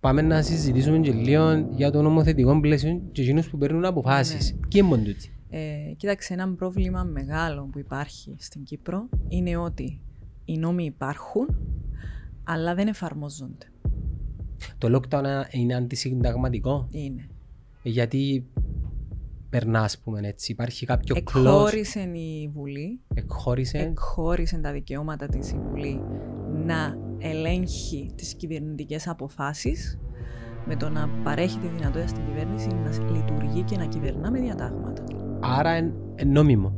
πάμε να συζητήσουμε και λίγο για το νομοθετικό πλαίσιο και εκείνους που παίρνουν αποφάσεις. Ναι. Και μόνο τούτοι. Ε, κοίταξε, ένα πρόβλημα μεγάλο που υπάρχει στην Κύπρο είναι ότι οι νόμοι υπάρχουν, αλλά δεν εφαρμόζονται. Το lockdown είναι αντισυνταγματικό, Είναι. γιατί περνά, ας πούμε, έτσι. Υπάρχει κάποιο κλός, Ναι. Εκχώρησε η Βουλή, εκχώρησε. εκχώρησε τα δικαιώματα της η Βουλή να ελέγχει τις κυβερνητικές αποφάσεις με το να παρέχει τη δυνατότητα στην κυβέρνηση να λειτουργεί και να κυβερνά με διατάγματα. Άρα είναι νόμιμο.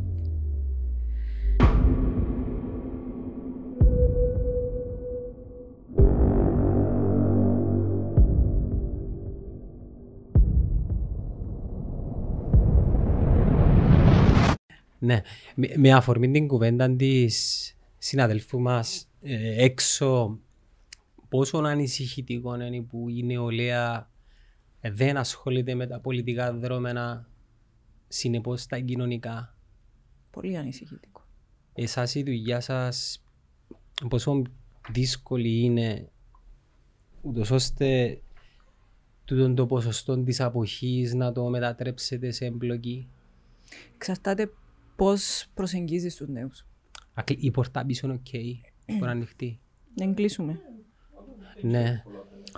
Ναι, με, με αφορμή την κουβέντα της συναδελφού μας ε, έξω, πόσο ανησυχητικό είναι που η νεολαία δεν ασχολείται με τα πολιτικά δρόμενα συνεπώς τα κοινωνικά. Πολύ ανησυχητικό. Εσάς η δουλειά σας, πόσο δύσκολη είναι, ούτως ώστε τούτον το ποσοστό της αποχής να το μετατρέψετε σε εμπλοκή. Εξαρτάται πώς προσεγγίζεις τους νέους. Ακλει- Η πορτά πίσω είναι οκ, μπορεί να ανοιχτεί. Δεν κλείσουμε. Ναι.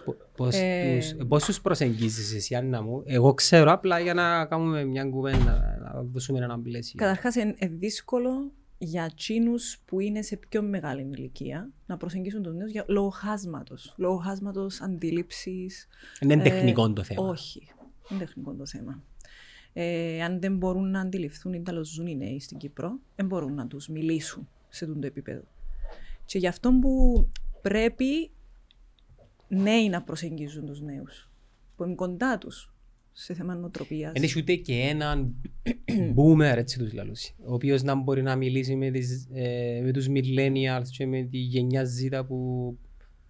Πο- Πώς, Ε, τους, πώς τους προσεγγίζεις εσύ, Άννα μου. Εγώ ξέρω απλά για να κάνουμε μια κουβέντα, να δώσουμε ένα πλαίσιο. Καταρχάς είναι ε, δύσκολο για τσίνους που είναι σε πιο μεγάλη ηλικία να προσεγγίσουν τους νέους για, λόγω χάσματος. Λόγω χάσματος αντίληψης. Δεν είναι ε, τεχνικό το θέμα. Όχι. Είναι τεχνικό το θέμα. Ε, αν δεν μπορούν να αντιληφθούν ή τα ζουν οι νέοι στην Κύπρο, δεν μπορούν να τους μιλήσουν σε τούτο επίπεδο. Και γι' αυτό που πρέπει νέοι να προσεγγίζουν τους νέους, που είναι κοντά τους σε θέμα νοοτροπίας. Δεν έχει ούτε και έναν boomer, έτσι τους λαλούς, ο οποίος να μπορεί να μιλήσει με, τις, ε, με τους millennials και με τη γενιά Z που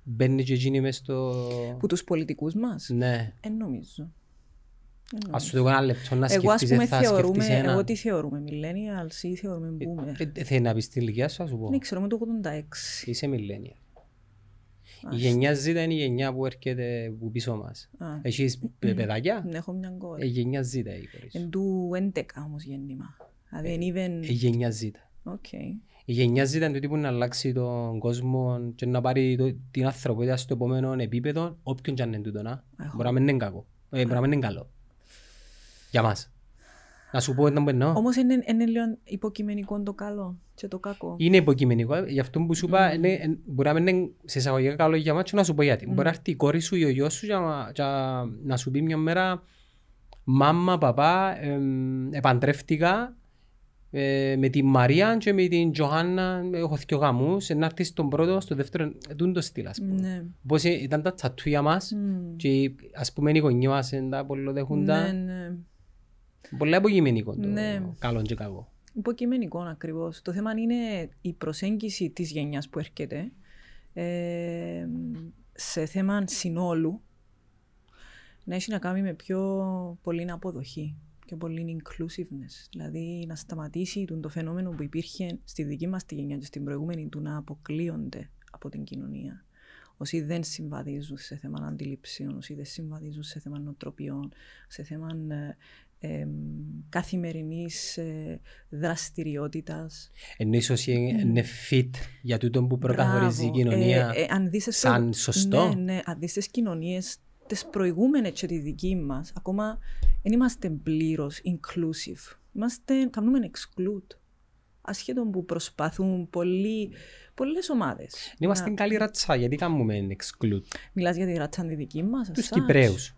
μπαίνει και εκείνη μες στο... Που τους πολιτικούς μας. Ναι. Ε, νομίζω. Ε, Ας νομίζω. σου δω ένα λεπτό να Εγώ ας σκεφτείς, πούμε δεν θα θεωρούμε, σκεφτείς ένα. εγώ τι θεωρούμε, millennials ή θεωρούμε boomer. Ε, ε, Θέλει να πεις την ηλικία σου, ας σου πω. Ναι, ξέρω με το 86. Είσαι millennial. Η Ας. γενιά Z είναι η γενιά που έρχεται που πίσω μας. Α, Έχεις πε- παιδάκια, Ε, ναι, Ε, έχω μια κόρη. η γενιά Z είναι η κόρη σου. Εν του 11 όμως γέννημα. Δηλαδή εν Η even... γενιά Z. Οκ. Η γενιά Z ήταν τούτη που να αλλάξει τον κόσμο και να πάρει το, την ανθρωπότητα στο επόμενο επίπεδο, όποιον και αν είναι τούτο. Να. Αχα. Μπορεί να μην είναι κακό. Ε, μπορεί να μην είναι καλό. Για μας. Να σου πω ένα που εννοώ. Όμως είναι, είναι λίγο υποκειμενικό το καλό και το κακό. Είναι υποκειμενικό. ε, Γι' αυτό που σου είπα, είναι- ε, μπορεί να μην είναι σε εισαγωγικά καλό για μας και να σου πω γιατί. Μπορεί να έρθει η κόρη σου ή ο γιος σου για, να- για να σου πει μιας μέρα «Μάμμα, παπά, εμ, επαντρεύτηκα ε, με τη Μαρία και με την Τζοάννα, έχω δυο γαμούς, ε, να έρθεις στον πρώτο, στον δεύτερο, ε, τούτον το στυλ ας πούμε. Ναι. Όπως ε, ήταν τα τσατούια μας Μμμ. και ας πούμε οι γονείς μας ε, τα πολλοδέχοντα. Ναι, ναι. Πολλά υποκειμενικό το Ναι. καλό και κακό. Υποκειμενικό ακριβώς. Το θέμα είναι η προσέγγιση της γενιάς που έρχεται ε, σε θέμα συνόλου να έχει να κάνει με πιο πολύ αποδοχή και πολύ inclusiveness. Δηλαδή να σταματήσει τον το φαινόμενο που υπήρχε στη δική μας τη γενιά και στην προηγούμενη του να αποκλείονται από την κοινωνία. Όσοι δεν συμβαδίζουν σε θέμα αντιληψίων, όσοι δεν συμβαδίζουν σε θέμα νοοτροπιών, σε θέμα ε, ε, καθημερινής ε, δραστηριότητας. Εννοείς όσοι είναι fit για τούτο που πρωταγωνίζει η Μπράβο. κοινωνία. Ε, ε, αν δεις τις σαν προ- σωστό. Ναι, ναι, αν δεις τις κοινωνίες, τις προηγούμενες και τη δική μας, ακόμα δεν είμαστε πλήρως inclusive. Είμαστε, κάνουμε exclude. Ασχέτω που προσπαθούν πολλοί, πολλές ομάδες. Ναι, Είμαστε καλή ρατσά, γιατί κάνουμε exclude Μιλάς για τη ρατσάν τη δική μας. τους as such. Κυπρέους.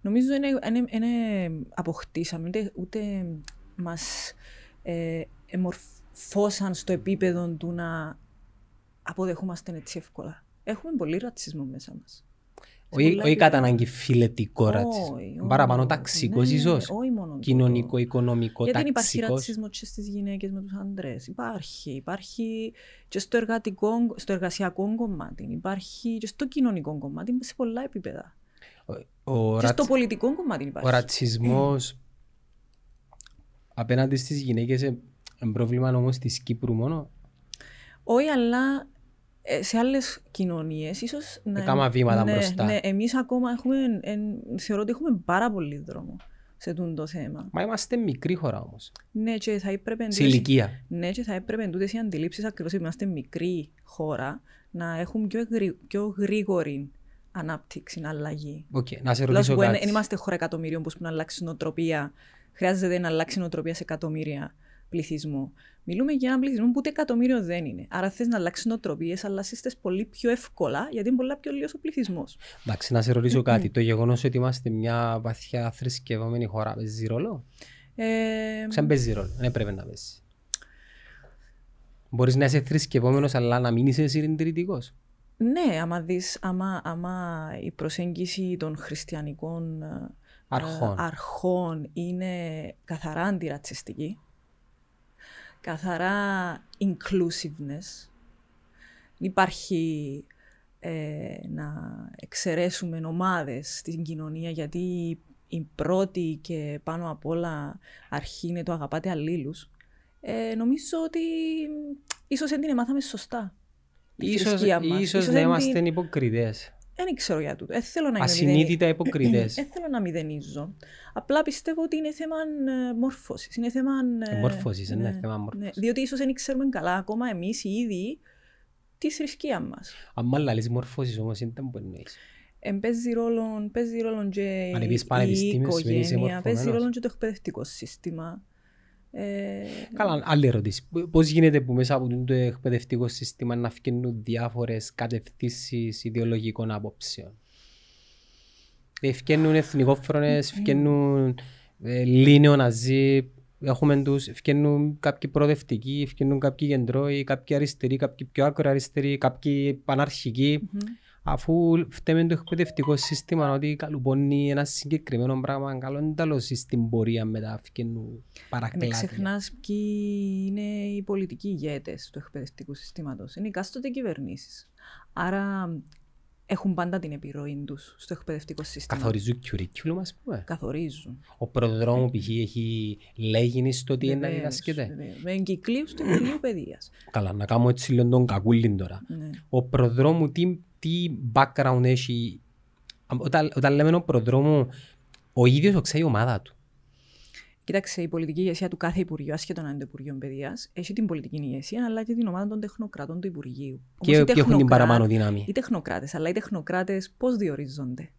Νομίζω είναι, είναι, είναι αποκτήσαμε, ούτε, ούτε μας ε, εμορφώσαν στο επίπεδο του να αποδεχούμαστε έτσι εύκολα. Έχουμε πολύ ρατσισμό μέσα μας. Όχι- πολλά Όχι επίπεδα. κατά ανάγκη φιλετικό ρατσισμό. Όχι, όχι. Παραπάνω ταξικός Ναι, ίσως. Όχι μόνο. Κοινωνικό, οικονομικό, Γιατί δεν υπάρχει ταξικός. ρατσισμός και στις γυναίκες με τους άντρες. Υπάρχει. Υπάρχει και στο, εργατικό, στο εργασιακό κομμάτι. Υπάρχει και στο κοινωνικό κομμάτι σε πολλά επίπεδα. Ο- ο και ρατ- στο πολιτικό κομμάτι υπάρχει. Ο ρατσισμός απέναντι στις γυναίκες είναι πρόβλημα όμως της Κύπρου μόνο. Όχι, αλλά ε, σε άλλες κοινωνίες, ίσως να. Έκαμα Ε, βήματα ναι, μπροστά. Ναι, εμείς ακόμα έχουμε. εν- θεωρώ ότι έχουμε πάρα πολύ δρόμο σε τούτο το θέμα. Μα είμαστε μικρή χώρα όμως. Ναι, και θα έπρεπε. Σε εντούτοις- ηλικία. Ναι, και θα έπρεπε τούτες οι αντιλήψεις, ακριβώς επειδή είμαστε μικρή χώρα, να έχουν πιο, γρη- πιο γρήγορη ανάπτυξη, αλλαγή. Οκ, να σε Λόγω ρωτήσω που κάτι. δεν είμαστε χώρα εκατομμυρίων που πρέπει να αλλάξει νοοτροπία. Χρειάζεται να αλλάξει νοοτροπία σε εκατομμύρια πληθυσμό. Μιλούμε για έναν πληθυσμό που ούτε εκατομμύριο δεν είναι. Άρα θες να αλλάξεις νοοτροπίες, αλλά είστε πολύ πιο εύκολα, γιατί είναι πολλά πιο λίγος ο πληθυσμός. Εντάξει, να σε ρωτήσω κάτι. Το γεγονός ότι είμαστε μια βαθιά θρησκευόμενη χώρα παίζει ρόλο. Ε, Ξέρετε, παίζει ρόλο. Δεν έπρεπε να παίζει. Μπορείς να είσαι θρησκευόμενος, αλλά να μην είσαι συντηρητικό. ναι, άμα δεις, άμα, άμα η προσέγγιση των χριστιανικών ε, Αρχών. ε, αρχών είναι καθαρά αντιρατσιστική, καθαρά inclusiveness. Υπάρχει ε, να εξαιρέσουμε ομάδες στην κοινωνία γιατί η πρώτη και πάνω απ' όλα αρχή είναι το αγαπάτε αλλήλους. Ε, νομίζω ότι μ, ίσως δεν την εμάθαμε σωστά. τη Ίσως, θρησκεία μας. ίσως δεν να την- είμαστε υποκριτές. Δεν ξέρω για τούτο. Δεν θέλω να είμαι μηδενι- Ασυνείδητα υποκριτέ. δεν Ε, θέλω να μηδενίζω. Απλά πιστεύω ότι είναι θέμα μόρφωσης. Είναι θέμα. ε, ναι. Ε, μόρφωσης, είναι θέμα μόρφωσης. διότι ίσως δεν ξέρουμε καλά ακόμα εμείς οι ίδιοι τη θρησκεία μας. Αν λαλείς μορφώσεις όμως δεν μπορεί να είσαι. Ε, παίζει ρόλο, παίζει ρόλο και Αν η επίσης πανεπιστήμιο, σημαίνει είσαι οικογένεια, παίζει μορφωμένος. ρόλο και το εκπαιδευτικό σύστημα. Ε, Καλά, άλλη ερώτηση. Πώς γίνεται που μέσα από το εκπαιδευτικό σύστημα να φκαινούν διάφορες κατευθύνσεις ιδεολογικών απόψεων. Δηλαδή, Φκαίνουν εθνικόφρονες, φκαίνουν ε, λίνεο ναζί, έχουμε τους, φκαίνουν κάποιοι προοδευτικοί, φκαίνουν κάποιοι κεντρώοι, κάποιοι αριστεροί, κάποιοι πιο άκρο αριστεροί, κάποιοι παναρχικοί. μμμ. Αφού φταίμε το εκπαιδευτικό σύστημα ότι καλουπώνει ένα συγκεκριμένο πράγμα, καλό είναι τα λοσί στην πορεία μετά φκαινούν Μην παρακλάδια. ξεχνάς ποιοι είναι οι πολιτικοί ηγέτες του εκπαιδευτικού συστήματος. Είναι εκάστοτε κυβερνήσεις. Άρα έχουν πάντα την επιρροή τους στο εκπαιδευτικό σύστημα. καθορίζουν curriculum, ας πούμε. Καθορίζουν. Ο προδρόμου Ναι. π.χ. έχει λέγει στο τι είναι να διδασκεται. βεβαίως. Με εγκυκλίου του Υπουργείου Παιδείας. Καλά, να κάνω έτσι λίγο τον κακούλιν τώρα. ναι. Ο προδρόμου, τι, τι background έχει. Α, Όταν, όταν λέμε ο προδρόμου, ο ίδιος το ξέρει η ομάδα του. Κοίταξε, η πολιτική ηγεσία του κάθε Υπουργείου, ασχετά αν είναι το Υπουργείο Παιδείας, έχει την πολιτική ηγεσία, αλλά και την ομάδα των τεχνοκρατών του Υπουργείου. Όμως Και, οι και έχουν την τεχνοκράτες- παραπάνω δύναμη. Οι τεχνοκράτες, αλλά οι τεχνοκράτες πώς διορίζονται.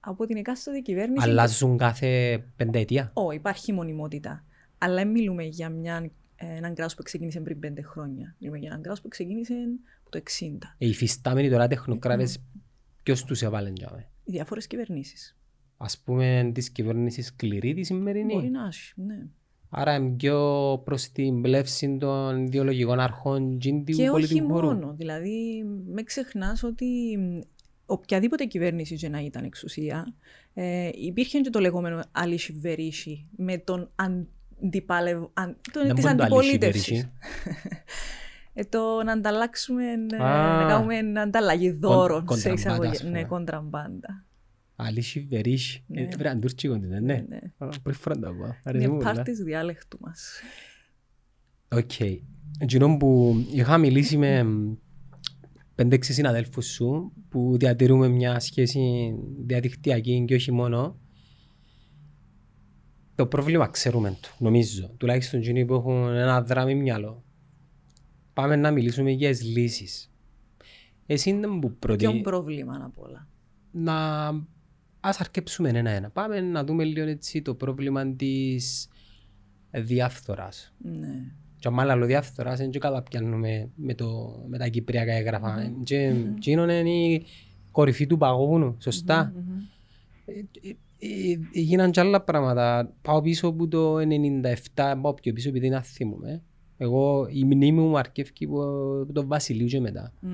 Από την εκάστοτε κυβέρνηση. Αλλάζουν κάθε πενταετία. Ω, υπάρχει μονιμότητα. Αλλά δεν μιλούμε για μια, ε, έναν κράτο που ξεκίνησε πριν πέντε χρόνια. Μιλούμε για έναν κράτο που ξεκίνησε από το 60. Οι υφιστάμενοι τώρα Ναι. τεχνοκράτες, ποιος τους έβαλε τζάμε. Οι διάφορες κυβερνήσεις. Ας πούμε της κυβέρνησης σκληρή τη Μπορεί σημερινή. να έχει, ναι. Άρα είναι πιο προς την πλεύση των ιδεολογικών αρχών τζίντιου Και όχι πολιτικού χώρου. μόνο. Δηλαδή, μην ξεχνάς ότι μ, οποιαδήποτε κυβέρνηση και να ήταν εξουσία, ε, υπήρχε και το λεγόμενο αλήσι βερίσι με τον αντιπάλευ... Αν, τον, Δεν της μπορεί να το αλύσει η αντιπολίτευσης. Βερίσι. ε, το να ανταλλάξουμε, ε, Α. να κάνουμε ανταλλαγή δώρων Κον- σε κοντραμπάντα, εισαγωγή. ας πούμε. Ναι, κοντραμπάντα. Αλήσι βερίσι. Ναι. Ε, Βρε αν τουρκικό είναι, ναι. ναι. Α, Πριν φορά το ακούω. Αρέσει Είναι μου πολλά. part της διάλεκτου μας. Οκ. Εκείνο που είχα μιλήσει με 5-6 συναδέλφους σου που διατηρούμε μια σχέση διαδικτυακή και όχι μόνο. Το πρόβλημα ξέρουμε το, νομίζω. Τουλάχιστον εκείνοι που έχουν ένα δράμι μυαλό. Πάμε να μιλήσουμε για τις λύσεις. Εσύ είναι που Ποιον προτείνει πρόβλημα απ' όλα. να ας αρκέψουμε ένα-ένα. Πάμε να δούμε λίγο έτσι το πρόβλημα της διαφθοράς. Ναι. Και αν άλλο διαφθοράς δεν και καταπιάνουμε με, το, με τα κυπριακά έγγραφα. Και εκείνον είναι η κορυφή του παγόβουνου, σωστά. Μμμ. Ε, ε, ε, Έγιναν και άλλα πράγματα. Πάω πίσω από το 97, πάω πιο πίσω επειδή να θυμούμαι. Εγώ η μνήμη μου αρκεύει από τον Βασιλείο και μετά. Μμ.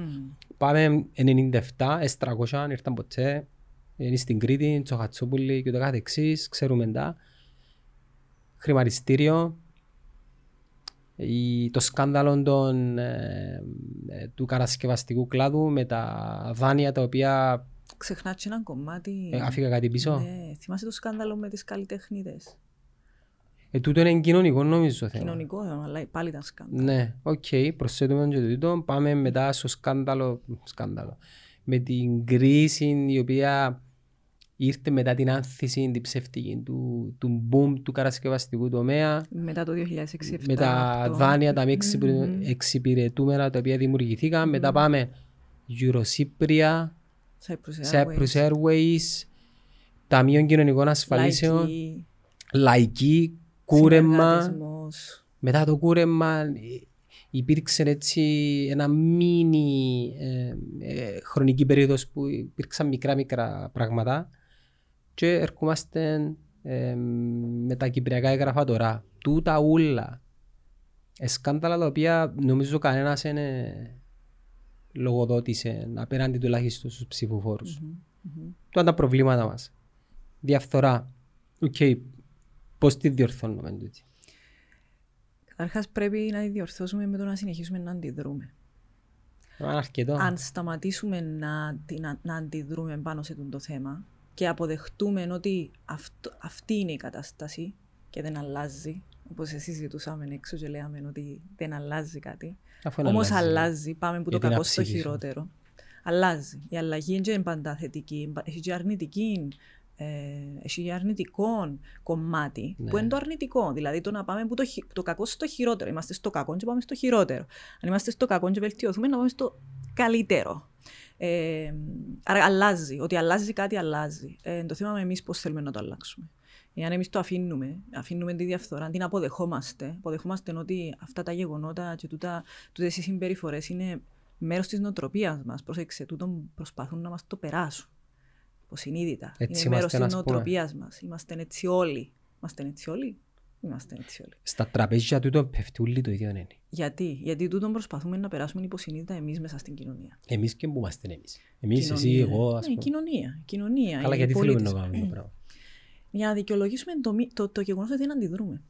Πάμε 97, S300, ήρθαν ποτέ. Είναι στην Κρήτη, Τσοχατσόπουλη και το καθεξής, ξέρουμε τα. Χρηματιστήριο. Η- το σκάνδαλο των, ε, ε, του κατασκευαστικού κλάδου με τα δάνεια τα οποία Ξεχνά και ένα κομμάτι. ε, άφηγα κάτι πίσω. Ναι, θυμάσαι το σκάνδαλο με τις καλλιτέχνητες. Ε, τούτο είναι κοινωνικό νομίζω θέμα. Κοινωνικό θέμα, αλλά πάλι ήταν σκάνδαλο. Ναι, οκ, προσθέτουμε και το τούτο. Πάμε μετά στο σκάνδαλο, σκάνδαλο. Με την κρίση η οποία ήρθε μετά την άνθηση, την ψευτική του, του boom του καρασκευαστικού τομέα. Μετά το 2006-2007. Ναι. με τα δάνεια, τα μη εξυπηρε- εξυπηρετούμενα τα οποία δημιουργηθήκαν. Μετά πάμε Eurosύπρια, Cyprus Airways, Ταμείων Κοινωνικών Ασφαλίσεων, Λαϊκή, Κούρεμα. Μετά το κούρεμα ε, υπήρξε έτσι ένα μίνι ε, ε, χρονική περίοδος που υπήρξαν μικρά μικρά πράγματα και ερχόμαστε ε, με τα κυπριακά έγγραφα τώρα. Τούτα ούλα. Ε, Σκάνδαλα τα οποία νομίζω κανένας είναι λογοδότησε απέναντι τουλάχιστον στους Mm. ψηφοφόρους. Τώρα τα προβλήματα μας. Διαφθορά. Οκ. Πώς τη διορθώνουμε τούτη. Καταρχάς πρέπει να τη διορθώσουμε με το να συνεχίσουμε να αντιδρούμε. Αν αρκετό. Αν σταματήσουμε να, την- να, να αντιδρούμε πάνω σε τούτο το θέμα και αποδεχτούμε ότι αυτό, αυτή είναι η κατάσταση και δεν αλλάζει, όπως συζητούσαμε έξω και λέγαμε ότι δεν αλλάζει κάτι, Αφού είναι Όμως αλλάζει. αλλάζει. Πάμε που το Γιατί ναι. να κακό στο ψήφισω. χειρότερο. Αλλάζει. Η αλλαγή δεν είναι πάντα θετική. Έχει και αρνητική. Ε, έχει και αρνητικό κομμάτι Ναι. που είναι το αρνητικό. Δηλαδή το να πάμε που το, χει- το κακό στο χειρότερο. Είμαστε στο κακό και πάμε στο χειρότερο. Αν είμαστε στο κακό και βελτιωθούμε, να πάμε στο καλύτερο. Ε, άρα αλλάζει. Ότι αλλάζει κάτι, αλλάζει. Ε, το θέμα είναι εμείς πώς θέλουμε να το αλλάξουμε. Εάν εμεί το αφήνουμε, αφήνουμε τη διαφθορά, την αποδεχόμαστε, αποδεχόμαστε ότι αυτά τα γεγονότα και τούτα, τούτες οι συμπεριφορές είναι μέρος της νοοτροπίας μας. Πρόσεξε, τούτον προσπαθούν να μας το περάσουν. Υποσυνείδητα. Έτσι είναι μέρο είμαστε, τη ας πούμε. νοοτροπίας μας. Είμαστε έτσι όλοι. Είμαστε έτσι όλοι. Είμαστε έτσι όλοι. Στα τραπέζια του τον πεφτούλη το ίδιο είναι. Γιατί, Γιατί τούτον προσπαθούμε να περάσουμε υποσυνείδητα εμείς μέσα στην κοινωνία. Εμείς και που είμαστε εμείς. Εμείς, εσύ, Κοινωνία. εγώ, ας Ναι, πούμε. κοινωνία. κοινωνία Αλλά οι γιατί θέλουμε να πολίτες. κάνουμε το πράγμα. Ναι, για να δικαιολογήσουμε το, μη- το, το γεγονός ότι δεν αντιδρούμε.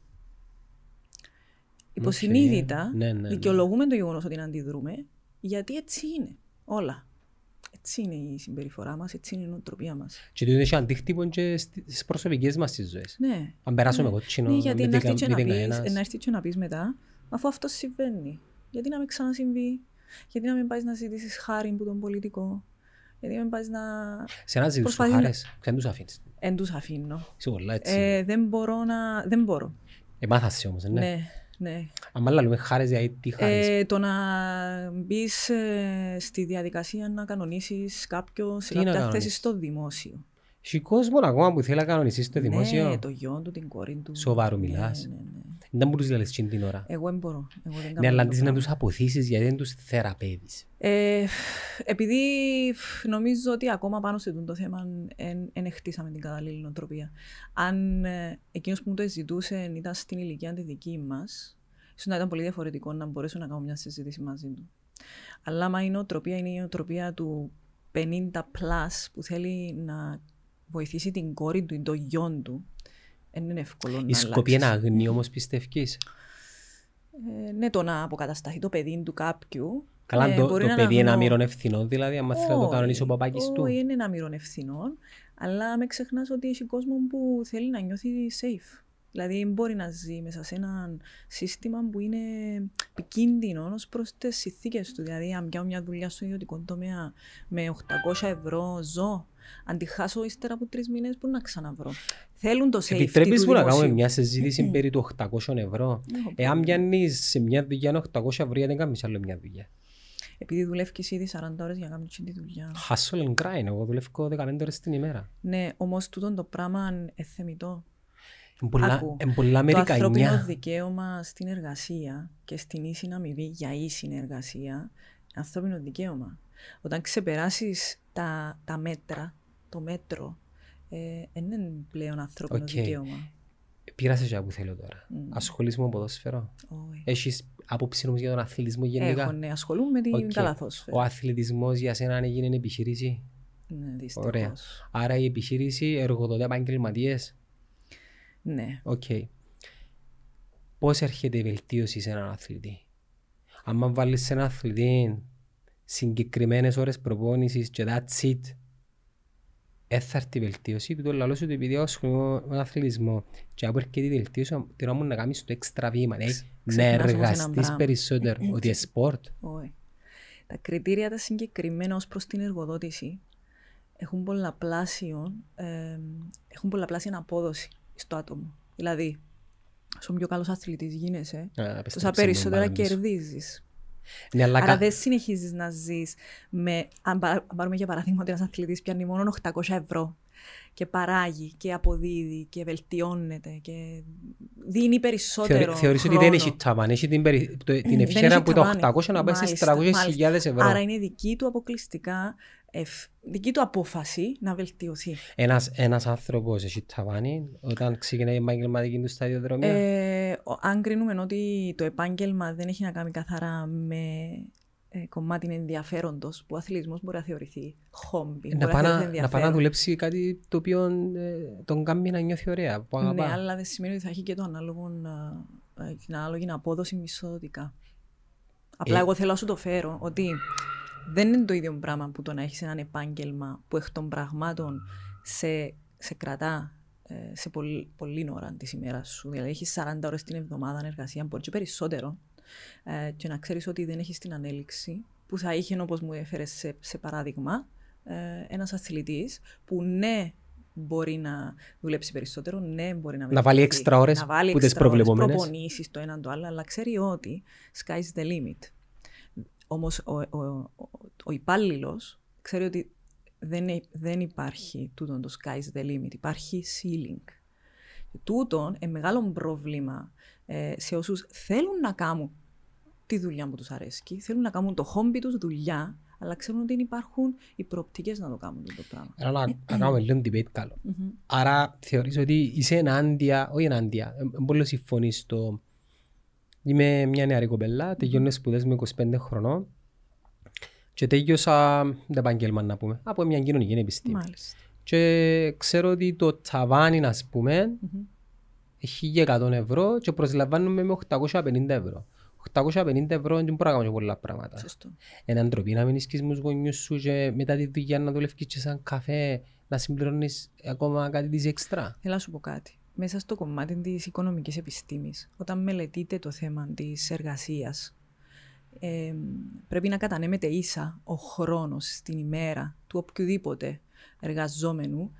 Υποσυνείδητα Οκ, ναι, ναι, ναι. δικαιολογούμε το γεγονός ότι δεν αντιδρούμε, γιατί έτσι είναι όλα. Έτσι είναι η συμπεριφορά μας, έτσι είναι η νοοτροπία μας. Και τούτο έχει αντίκτυπο και στι- στις προσωπικές μας τις ζωές. Ναι. Αν περάσουμε Ναι. εγώ τσινό, ναι, γιατί να έρθει και να πεις- κανένας. να έρθει και να πεις μετά, αφού αυτό συμβαίνει, γιατί να μην ξανασυμβεί, γιατί να μην πάει να ζητήσει χάρη που τον πολιτικό, γιατί να μην πάει να. Σε ένα ζητούς προσπαθείς να- χάρες, δεν τους αφήνεις. Εν τους αφήνω. Είσαι πολλά έτσι. Ε, δεν μπορώ να. Δεν μπορώ. Εμάθασαι όμως, ναι. Ναι, ναι. Αν μάλλον λέμε χάρες, δηλαδή τι χάρες. Ε, το να μπεις στη διαδικασία να κανονίσεις κάποιο σε Τι να κάποια θέση κανονίσεις? στο δημόσιο. Έχει κόσμο ακόμα που θέλει να κανονιστεί στο Ναι, δημόσιο. το γιο του, την κόρη του. Σοβαρό Ναι, μιλάς? Ναι, ναι. Δεν μπορείς να λες τσιν την ώρα. Εγώ δεν μπορώ. Εγώ δεν κάνω Ναι, αλλά το αντί να πράγμα. τους αποθήσεις γιατί δεν τους θεραπεύεις. Ε, επειδή νομίζω ότι ακόμα πάνω σε τούτο το θέμα δεν χτίσαμε την κατάλληλη νοοτροπία. Αν ε, εκείνος που μου το ζητούσε ήταν στην ηλικία τη δική μας, ίσως να ήταν πολύ διαφορετικό να μπορέσω να κάνω μια συζήτηση μαζί του. Αλλά άμα η νοοτροπία είναι η νοοτροπία του 50 plus που θέλει να βοηθήσει την κόρη του ή το γιο του, δεν είναι εύκολο να Η Σκοπή είναι αλλάξεις. αγνή όμως πιστεύεις. Ε, ναι, το να αποκατασταθεί το παιδί του κάποιου. Καλά, ε, το, μπορεί το να παιδί είναι αγνώ- αμύρων ευθυνών, δηλαδή, άμα θέλει να το κανονίσει ο παπάκης του. Όχι, είναι ένα μύρο ευθυνών. Αλλά με ξεχνάς ότι έχει κόσμο που θέλει να νιώθει safe. Δηλαδή, μπορεί να ζει μέσα σε ένα σύστημα που είναι επικίνδυνο ως προς τις συνθήκες του. Δηλαδή, αν πιάω μια δουλειά στο ιδιωτικό τομέα με 800 ευρώ, ζω. Αν τη χάσω ύστερα από τρεις μήνες, μπορεί να ξαναβρω. Θέλουν το safety. Επιτρέπεις μου του Ναι. να κάνουμε δημοσίου. μια συζήτηση περί του 800 ευρώ. Δεν έχω Εάν πρόβλημα. πιάνεις σε μια δουλειά 800 ευρώ, γιατί δεν κάνεις άλλο μια δουλειά. Επειδή δουλεύει ήδη 40 ώρες για να κάνεις τη δουλειά. Hustle and grind, εγώ δουλεύω 15 ώρες την ημέρα. Ναι, όμως τούτον το πράγμα εθεμητό. Εν πολλά- Άκου, Εν πολλά Το ανθρώπινο Αμερικανιά. δικαίωμα στην εργασία και στην ίση αμοιβή για ίση εργασία, ανθρώπινο δικαίωμα. Όταν ξεπεράσεις τα, τα μέτρα, το μέτρο, ε, δεν είναι πλέον ανθρώπινο Οκ. δικαίωμα. Πήρα σε για που θέλω τώρα. Μμ. Ασχολείσαι με ποδόσφαιρο. Όχι. Έχεις άποψη όμως για τον αθλητισμό Έχω, Ε, γενικά. ναι, ασχολούμαι με την Οκ. Ο καλαθόσφαιρα. αθλητισμός για σένα αν έγινε επιχειρήση. Ναι, δυστυχώς. Ωραία. Άρα η επιχείρηση εργοδοτεί επαγγελματίες. Ναι. Οκ. Πώς έρχεται η βελτίωση σε έναν αθλητή. Αν βάλεις σε έναν αθλητή συγκεκριμένες ώρες προπόνησης και that's it, έθαρτη βελτίωση του το λαλό σου ότι επειδή ασχολούμαι με τον αθλητισμό και από έρχεται η βελτίωση θέλω μου να κάνεις το έξτρα βήμα ε, να ξεχνάς όμως ένα εργαστείς πράγμα. περισσότερο ότι είναι σπορτ Όχι. ε. Τα κριτήρια τα συγκεκριμένα ως προς την εργοδότηση έχουν πολλαπλάσιο, ε, έχουν πολλαπλάσια απόδοση στο άτομο. Δηλαδή, όσο πιο καλός αθλητής γίνεσαι, Α, επέστρεψε τόσα μου, περισσότερα μάλλον πίσω. κερδίζεις. ναι, αλλά Άρα κα- δεν συνεχίζεις να ζεις με. Αν, πα- αν πάρουμε για παράδειγμα ότι ένας αθλητής πιάνει μόνο 800 ευρώ και παράγει και αποδίδει και βελτιώνεται και δίνει περισσότερο. θεωρεί- θεωρείς ότι χρόνο. δεν έχει ταβάν έχει την, περι- το- την Δεν ευχαίρεια έχει από τα ταβάνι. 800 να πάει στις Μάλιστα, 300.000 ευρώ Άρα είναι δική του αποκλειστικά, ευ- δική του απόφαση να βελτιωθεί. Ένας, ένας άνθρωπος έχει ταβάνι όταν ξεκινάει η επαγγελματική του σταδιοδρομία. Ε, ο- αν κρίνουμε ότι το επάγγελμα δεν έχει να κάνει καθαρά με ε, κομμάτι ενδιαφέροντος, που ο αθλητισμός μπορεί να θεωρηθεί χόμπι, Ε, να, μπορεί πάει θεωρηθεί να, να πάει να ενδιαφέρον. δουλέψει κάτι το οποίο ε, τον κάνει να νιώθει ωραία, που αγαπά. Ναι, αλλά δεν σημαίνει ότι θα έχει και το ανάλογο, ε, ε, την ανάλογη απόδοση μισθωτικά. Απλά Ε. εγώ θέλω να σου το φέρω ότι δεν είναι το ίδιο πράγμα που το να έχεις έναν επάγγελμα που εκ των πραγμάτων σε, σε κρατά ε, σε πολλή, πολλή ώρα της ημέρας σου. Δηλαδή έχεις 40 ώρες την εβδομάδα εργασίας, μπορεί και περισσότερο. Ε, και να ξέρεις ότι δεν έχεις την ανέλυξη που θα είχε όπως μου έφερες σε, σε παράδειγμα ε, ένας αθλητής που ναι μπορεί να δουλέψει περισσότερο, ναι μπορεί να Να βάλει βελτιωθεί, έξτρα ώρες να βάλει που τις έξτρα ώρες, προβλεπόμενες. προπονήσεις το έναν το άλλο, αλλά ξέρει ότι sky's the limit. Όμως ο, ο, ο, ο υπάλληλος ξέρει ότι δεν, ε- δεν υπάρχει τούτον το sky's the limit, υπάρχει ceiling. Τούτον είναι μεγάλο πρόβλημα ε, σε όσους θέλουν να κάνουν τη δουλειά που τους αρέσκει, θέλουν να κάνουν το χόμπι τους δουλειά, αλλά ξέρουν ότι δεν υπάρχουν οι προοπτικές να το κάνουν αυτό το πράγμα. Άρα να, να κάνουμε λίγο debate καλό. Μμμ. Άρα θεωρείς ότι είσαι ενάντια, όχι ενάντια, δεν μπορεί να συμφωνείς στο... Είμαι μια νεαρή κοπέλα, τελειώνω σπουδές με 25 χρονών και τέλειωσα το επάγγελμα να πούμε, από μια κοινωνική επιστήμη. Μάλιστα. Και ξέρω ότι το ταβάνι, να πούμε, Μμμ. 1100 ευρώ και προσλαμβάνουμε με 850 ευρώ. 850 ευρώ δεν μπορούμε να κάνουμε και πολλά πράγματα. Σωστό. Είναι ντροπή να μείνεις και με τους γονιούς σου και μετά τη δουλειά να δουλεύεις και σαν καφέ να συμπληρώνεις ακόμα κάτι της εξτρά. Θέλω να σου πω κάτι. Μέσα στο κομμάτι της οικονομικής επιστήμης, όταν μελετείτε το θέμα της εργασίας, ε, πρέπει να κατανέμεται ίσα ο χρόνος στην ημέρα του οποιοδήποτε εργαζόμενου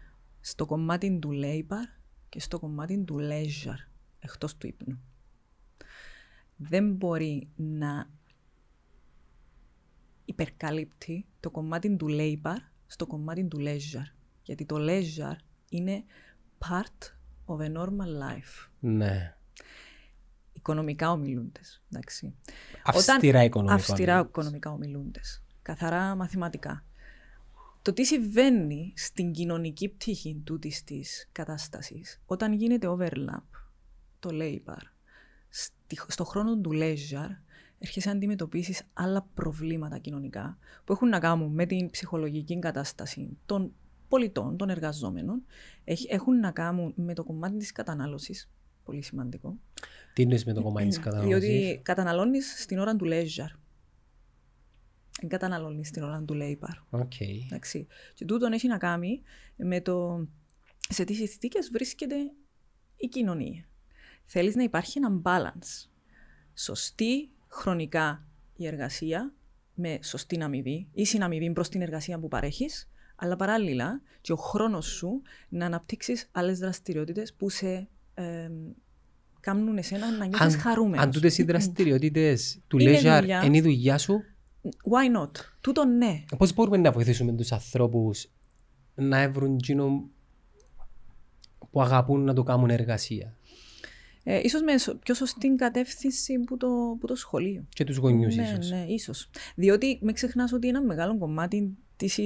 στο κομμάτι του labor και στο κομμάτι του leisure, εκτός του ύπνου. Δεν μπορεί να υπερκαλύπτει το κομμάτι του labor στο κομμάτι του leisure. Γιατί το leisure είναι part of a normal life. Ναι. Οικονομικά ομιλούντες, εντάξει. Αυστηρά οικονομικά. Αυστηρά οικονομικά ομιλούντες. Καθαρά μαθηματικά. Το τι συμβαίνει στην κοινωνική πτυχή τούτης της κατάστασης όταν γίνεται overlap το labor στη- στο χρόνο του leisure έρχεσαι να αντιμετωπίσεις άλλα προβλήματα κοινωνικά που έχουν να κάνουν με την ψυχολογική κατάσταση των πολιτών, των εργαζόμενων, έχ- έχουν να κάνουν με το κομμάτι της κατανάλωσης, πολύ σημαντικό, Τι εννοείς με το κομμάτι της κατανάλωσης. Ναι, διότι καταναλώνεις στην ώρα του leisure. Δεν καταναλώνεις στην ώρα του labor. Οκ. Εντάξει. Και τούτον έχει να κάνει με το σε τι συνθήκες βρίσκεται η κοινωνία. Θέλεις να υπάρχει ένα balance. Σωστή χρονικά η εργασία με σωστή αμοιβή ή συναμοιβή προς την εργασία που παρέχεις, αλλά παράλληλα και ο χρόνος σου να αναπτύξεις άλλες δραστηριότητες που σε ε, κάνουν εσένα να νιώθεις χαρούμενος. αν τούτες οι δραστηριότητες του Είναι leisure δουλειά. είναι η δουλειά σου, Why not? Τούτο ναι. πώς μπορούμε να βοηθήσουμε τους ανθρώπους να έβρουν εκείνο που αγαπούν να το κάνουν εργασία Ε, ίσως με σο- πιο σωστή κατεύθυνση που το, που το σχολείο. και τους γονιούς ναι, ίσως. Ναι, ίσως. Διότι μην ξεχνάς ότι ένα μεγάλο κομμάτι της,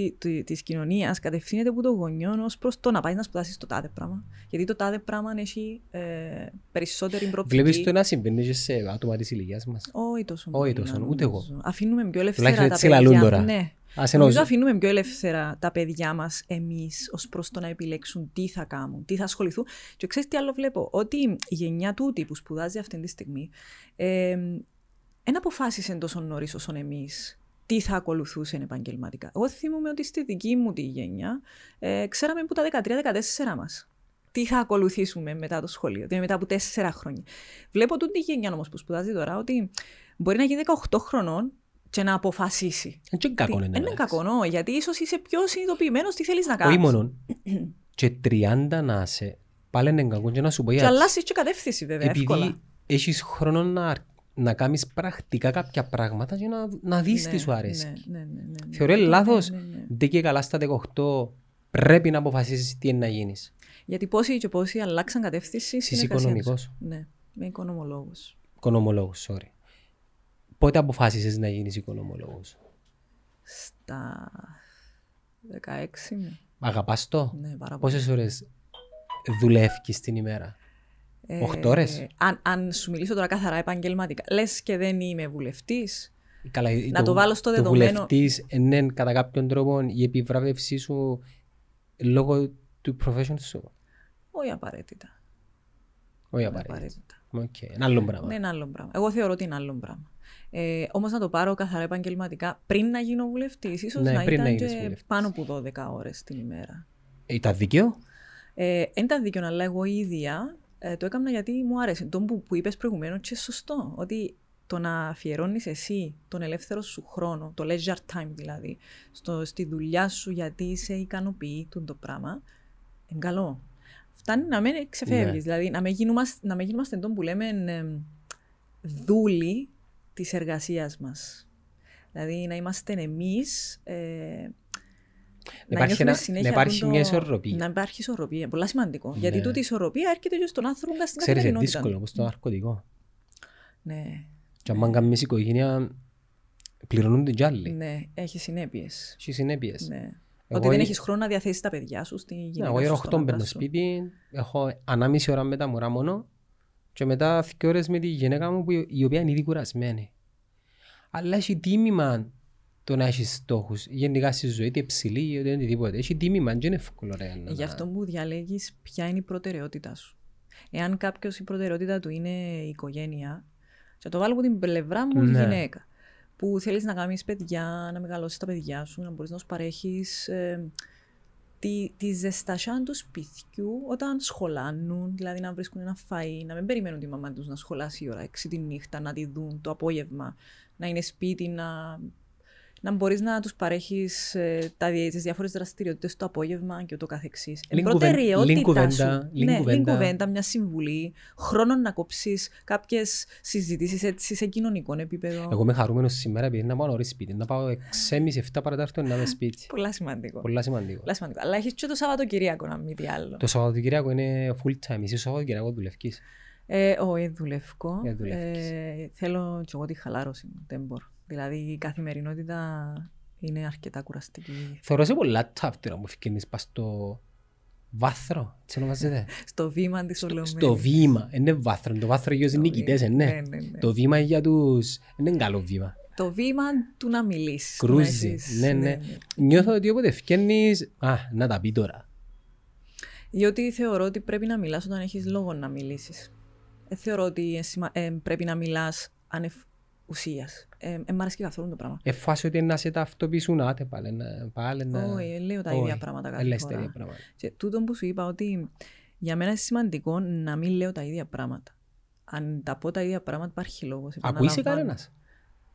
της κοινωνίας κατευθύνεται από το γονιό ως προς το να πάει να σπουδάσει το τάδε πράγμα. Γιατί το τάδε πράγμα έχει ε, περισσότερη προοπτική. Βλέπεις το να συμβαίνει και σε άτομα της ηλικίας μας. Όχι τόσο. Όχι πολύ, τόσο, να ούτε νομίζω. Αφήνουμε πιο ελεύθερα Τουλάχιστον τα έτσι λαλούν παιδιά. τώρα. Ναι. Ας Νομίζω εννοώ- αφήνουμε πιο ελεύθερα τα παιδιά μας εμείς ως προς το να επιλέξουν τι θα κάνουν, τι θα ασχοληθούν. Και ξέρεις τι άλλο βλέπω, ότι η γενιά τούτη που σπουδάζει αυτή τη στιγμή, ε, δεν αποφάσισε τόσο νωρί όσο εμείς τι θα ακολουθούσαν επαγγελματικά. Εγώ θυμούμαι ότι στη δική μου τη γενιά ε, ξέραμε που τα 13-14 μας. Τι θα ακολουθήσουμε μετά το σχολείο, δηλαδή μετά από 4 χρόνια. Βλέπω τούτη τη γενιά όμως που σπουδάζει τώρα ότι μπορεί να γίνει 18 χρονών και να αποφασίσει. Δεν είναι Τι- κακό να δεν είναι κακό, νο, γιατί ίσως είσαι πιο συνειδητοποιημένος τι θέλεις να Όχι κάνεις. μόνον. Και 30 να είσαι. Πάλι είναι κακό και να σου πω Και γιατί. αλλάζεις και κατεύθυνση, βέβαια, εύκολα. Επειδή έχεις χρόνο να, να κάνεις πρακτικά κάποια πράγματα και να, να δεις τι Ναι, σου αρέσει. Ναι, ναι, ναι, ναι, ναι. Θεωρώ λάθος. Ναι, ναι, ναι. Δεν και καλά στα 18 πρέπει να αποφασίσεις τι είναι να γίνεις. Γιατί πόσοι και πόσοι αλλάξαν κατεύθυνση Εσύ στην εργασία τους. οικονομικός. Ναι, με οικονομολόγους. Οικονομολόγος, sorry. Πότε αποφάσισες να γίνεις οικονομολόγος. Στα 16 μου. Αγαπάς το. Ναι, πάρα πολύ. Πόσες ώρες δουλεύεις την ημέρα. Ε, οκτώ ώρες? ε, αν, αν σου μιλήσω τώρα καθαρά επαγγελματικά, λες και δεν είμαι βουλευτής, Καλά, Να το βάλω στο δεδομένο. Το βουλευτής, ε, ναι, κατά κάποιον τρόπο η επιβράβευσή σου λόγω του profession σου. όχι απαραίτητα. Όχι Όχι απαραίτητα. Οκ, Ένα άλλο πράγμα. Ναι, είναι άλλο πράγμα. Εγώ θεωρώ ότι είναι άλλο πράγμα. Ε, Όμως να το πάρω καθαρά επαγγελματικά πριν να γίνω βουλευτής, ίσως Ναι, να πριν ήταν να και γίνεις βουλευτής. πάνω από 12 ώρες την ημέρα. Ήταν δίκαιο. Ε, δεν ήταν δίκιο, αλλά εγώ η ίδια ε, το έκανα γιατί μου άρεσε. Το που, που είπες προηγουμένως και σωστό. Ότι το να αφιερώνεις εσύ τον ελεύθερο σου χρόνο, το leisure time δηλαδή, στο, στη δουλειά σου γιατί σε ικανοποιεί τούτο το πράγμα, είναι καλό. Φτάνει να μην ξεφεύγεις. Ναι. Δηλαδή να μην γίνομαστε, να μην γίνομαστε τον που λέμε εμ, δούλοι της εργασίας μας. Δηλαδή να είμαστε εμείς. Ε, να υπάρχει νιώθουμε ένα- συνέχεια να υπάρχει τούτο- μια ισορροπία. Να υπάρχει ισορροπία. Πολύ σημαντικό. Ναι. Γιατί τούτη η ισορροπία έρχεται και στον άνθρωπο στην Ξέρεις, είναι καθημερινότητα. δύσκολο όπως το ναρκωτικό. Ναι, Και αν κάνεις οικογένεια, πληρώνουν την κι άλλοι. ναι, έχει συνέπειες. Έχει συνέπειες. Ναι. Εγώ Ότι δεν ή- έχεις χρόνο να διαθέσεις τα παιδιά σου στην Ναι, γυναίκα. εγώ σου, γύρω στον 8 άντρα μπαίνω σου. σπίτι, έχω ανάμιση ώρα με τα μωρά μόνο και μετά δύο ώρες με τη γυναίκα μου που, η οποία είναι ήδη κουρασμένη. Αλλά έχει τίμημα το να έχεις στόχους, γενικά στη ζωή, είτε ψηλή είτε οτιδήποτε. Έχει τίμημα, δεν είναι εύκολο ρε. να- Γι' αυτό που διαλέγεις ποια είναι η προτεραιότητά σου. Εάν κάποιος η προτεραιότητα του είναι η οικογένεια, θα το βάλω από την πλευρά μου Ναι. η γυναίκα. Που θέλεις να κάνεις παιδιά, να μεγαλώσεις τα παιδιά σου, να μπορείς να σου παρέχει τη, τη ζεστασιά τους σπιτιού όταν σχολάνουν, δηλαδή να βρίσκουν ένα φαΐ, να μην περιμένουν τη μαμά τους να σχολάσει η ώρα 6 τη νύχτα, να τη δουν το απόγευμα, να είναι σπίτι, να, να μπορείς να τους παρέχεις ε, τις διάφορες δραστηριότητες το απόγευμα και ούτω καθεξής. Λίγη κουβεν- λίγη Προτεραιότητά σου. κουβέντα, λίγη Ναι, λίγη κουβέντα. κουβέντα, μια συμβουλή, χρόνο να κόψεις κάποιες συζητήσεις έτσι σε κοινωνικό επίπεδο. Εγώ είμαι χαρούμενος σήμερα επειδή να πάω νωρίς σπίτι, να πάω 6.30-7 παρατάρτο να είμαι σπίτι. Πολλά σημαντικό. Πολλά σημαντικό. Πολλά σημαντικό. Αλλά έχεις και το Σαββατοκύριακο, να μην τι άλλο. Το Σαββατοκύριακο είναι full time. Εσύ το Σαββατοκύριακο δουλευκείς. Ε, όχι, δουλεύω. Ε, δουλεύεις. Ε, θέλω κι εγώ τη χαλάρωση μου. Δεν μπορώ. Δηλαδή η καθημερινότητα είναι αρκετά κουραστική. Θεωρώ σε πολλά tough τώρα που φυκίνεις πας στο βάθρο. Έτσι ονομάζεται. Στο βήμα της στο, ολομένης. στο βήμα. Είναι βάθρο. Το βάθρο για τους Το νικητές, ε, βήμα. ναι. Ναι, ναι, ναι. Το βήμα για τους... Είναι ένα καλό βήμα. Το βήμα του να μιλήσεις. Κρούζει. Ναι, ναι. Νιώθω ότι όποτε φυκίνεις... Α, να τα πει τώρα. Διότι θεωρώ ότι πρέπει να μιλάς όταν έχεις λόγο να μιλήσεις. Ε, θεωρώ ότι ε, σημα- ε, πρέπει να μιλάς ανεφ ουσίας. Ε, ε, μ' αρέσει και καθόλου το πράγμα. Ε, φάση ότι να σε ταυτοποιήσουν. Άτε πάλι να... Πάλι να... Όχι, λέω τα Ναι. Όχι. ίδια πράγματα Ε, κάθε λες τα ίδια φορά. πράγματα. Και τούτο που σου είπα ότι για μένα είναι σημαντικό να μην λέω τα ίδια πράγματα. Αν τα πω τα ίδια πράγματα υπάρχει λόγος. Ακούεις Επαναλαμβάνω. κανένας.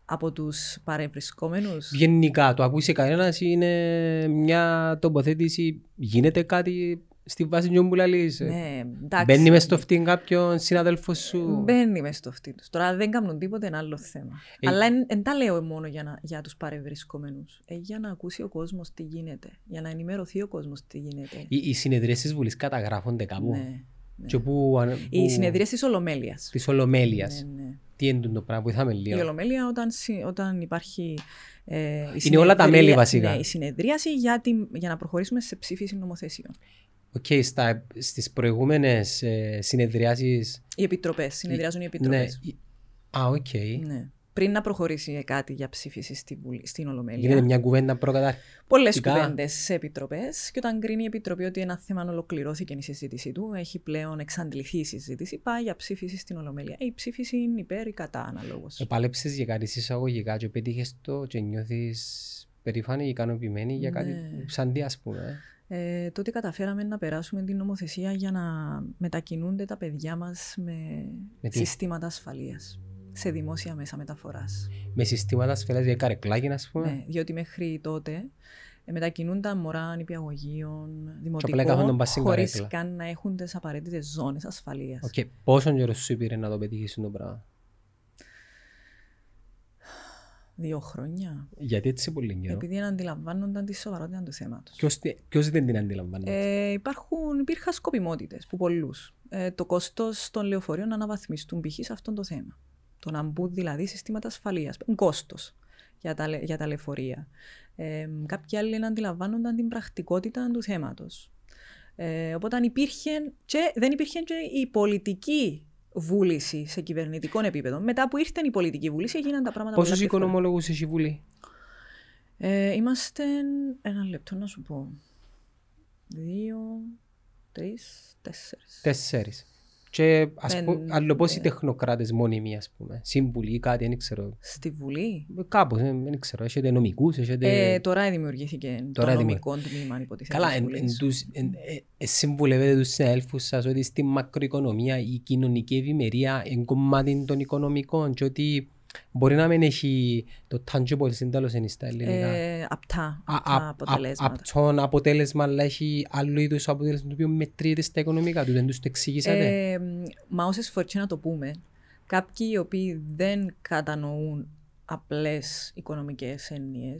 Από τους παρευρισκόμενους. Γενικά, το ακούσει κανένα είναι μια τοποθέτηση. Γίνεται κάτι στη βάση του που λαλείς. Ναι, εντάξει. Ε, Μπαίνει μες στο φτύν κάποιον συναδέλφο σου. Μπαίνει μες στο αυτί τους. Τώρα δεν κάνουν τίποτε ένα άλλο θέμα. Ε, Αλλά εν, εν τα λέω μόνο για, να, για τους παρευρισκόμενους. Ε, για να ακούσει ο κόσμος τι γίνεται. Για να ενημερωθεί ο κόσμος τι γίνεται. Οι, οι συνεδρίες της Βουλής καταγράφονται κάπου. Ναι. ναι. Και που, ανα- Οι που- συνεδρίες της Ολομέλειας. Λοιπόν, της Ολομέλειας. Ναι, ναι. Τι είναι το πράγμα, βοηθάμε Η λίγο. Ολομέλεια όταν, συ- όταν υπάρχει... Ε, η όλα τα μέλη συνεδρία- βασικά. Ναι, η συνεδρίαση για, την- για να προχωρήσουμε σε ψήφιση νομοθεσιών. Οκ, στα, στις προηγούμενες ε, συνεδριάσεις... Οι επιτροπές, συνεδριάζουν οι Ναι, επιτροπές. η- α, οκ. Ναι. πριν να προχωρήσει κάτι για ψήφιση στη Βουλή- στην Ολομέλεια. Γίνεται μια κουβέντα προκατά. Πολλέ Ειδικά- κουβέντες σε επιτροπές. Και όταν κρίνει η επιτροπή ότι ένα θέμα ολοκληρώθηκε η συζήτησή του, έχει πλέον εξαντληθεί η συζήτηση, πάει για ψήφιση στην Ολομέλεια. Ε, Η ψήφιση είναι υπέρ ή κατά, αναλόγως. Ε, Επάλεψες για κάτι συσσαγωγικά και πετύχες το και νιώθεις περήφανη, ικανοποιημένη για κάτι Ναι. σαν τι ας πούμε. Ε, τότε καταφέραμε να περάσουμε την νομοθεσία για να μετακινούνται τα παιδιά μας με, Με τι? συστήματα ασφαλείας σε δημόσια μέσα μεταφοράς. Με συστήματα ασφαλείας για καρεκλάκια ας πούμε. Ναι, διότι μέχρι τότε ε, μετακινούνταν μωρά νηπιαγωγείων, κάθονταν δημοτικών, πας στην χωρίς καρέκλα. καν να έχουν τις απαραίτητες ζώνες ασφαλείας. Οκ, πόσο καιρό σου πήρε να το πετύχεις αυτό το πράγμα. Δύο χρόνια. Γιατί έτσι πολύ καιρό. Επειδή αντιλαμβάνονταν τη σοβαρότητα του θέματος. Ποιος τι- Ποιος δεν την αντιλαμβάνεται. Ε, υπάρχουν, υπήρχαν σκοπιμότητες που πολλούς. Ε, το κόστος των λεωφορείων να αναβαθμιστούν π.χ. σε αυτό το θέμα. Το να μπουν δηλαδή συστήματα ασφαλείας. Κόστος για τα, λε- για τα λεωφορεία. Ε, κάποιοι άλλοι να αντιλαμβάνονταν την πρακτικότητα του θέματος. Ε, οπότε υπήρχε και, δεν υπήρχε και η πολιτική βούληση σε κυβερνητικό επίπεδο. Μετά που ήρθε η πολιτική βούληση, έγιναν τα πράγματα Πόσους πολλά πιο εύκολα. οικονομολόγους έχει η Βουλή. Ε, είμαστε. Ένα λεπτό να σου πω. Δύο, τρεις, τέσσερις. Τέσσερις. Και ας Πεν- πω, άλλο πόσοι ναι. τεχνοκράτες μόνιμοι ας πούμε. Σύμβουλοι ή κάτι, δεν ξέρω. Στη Βουλή. Κάπως, δεν δεν ξέρω. Έχετε νομικούς, έχετε... Ε, τώρα δημιουργήθηκε Τώρα το νομικό τμήμα, υποτιθέτω. Καλά, της εν, εν, Βουλής. τους- εν, ε, ε, συμβουλεύετε τους συναδέλφους σας ότι στη μακροοικονομία η κοινωνική ευημερία είναι κομμάτι των οικονομικών και ότι μπορεί να μην έχει το tangible σύνταλος είναι στα ελληνικά. Ε, απτά, Α- απτά α- α- αποτελέσματα. Απτόν αποτέλεσμα, αλλά έχει άλλο είδους αποτέλεσμα το οποίο μετρείται στα οικονομικά του. Δεν τους το εξηγήσατε. Ε, μα όσες φορές να το πούμε, κάποιοι οι οποίοι δεν κατανοούν απλές οικονομικές έννοιες,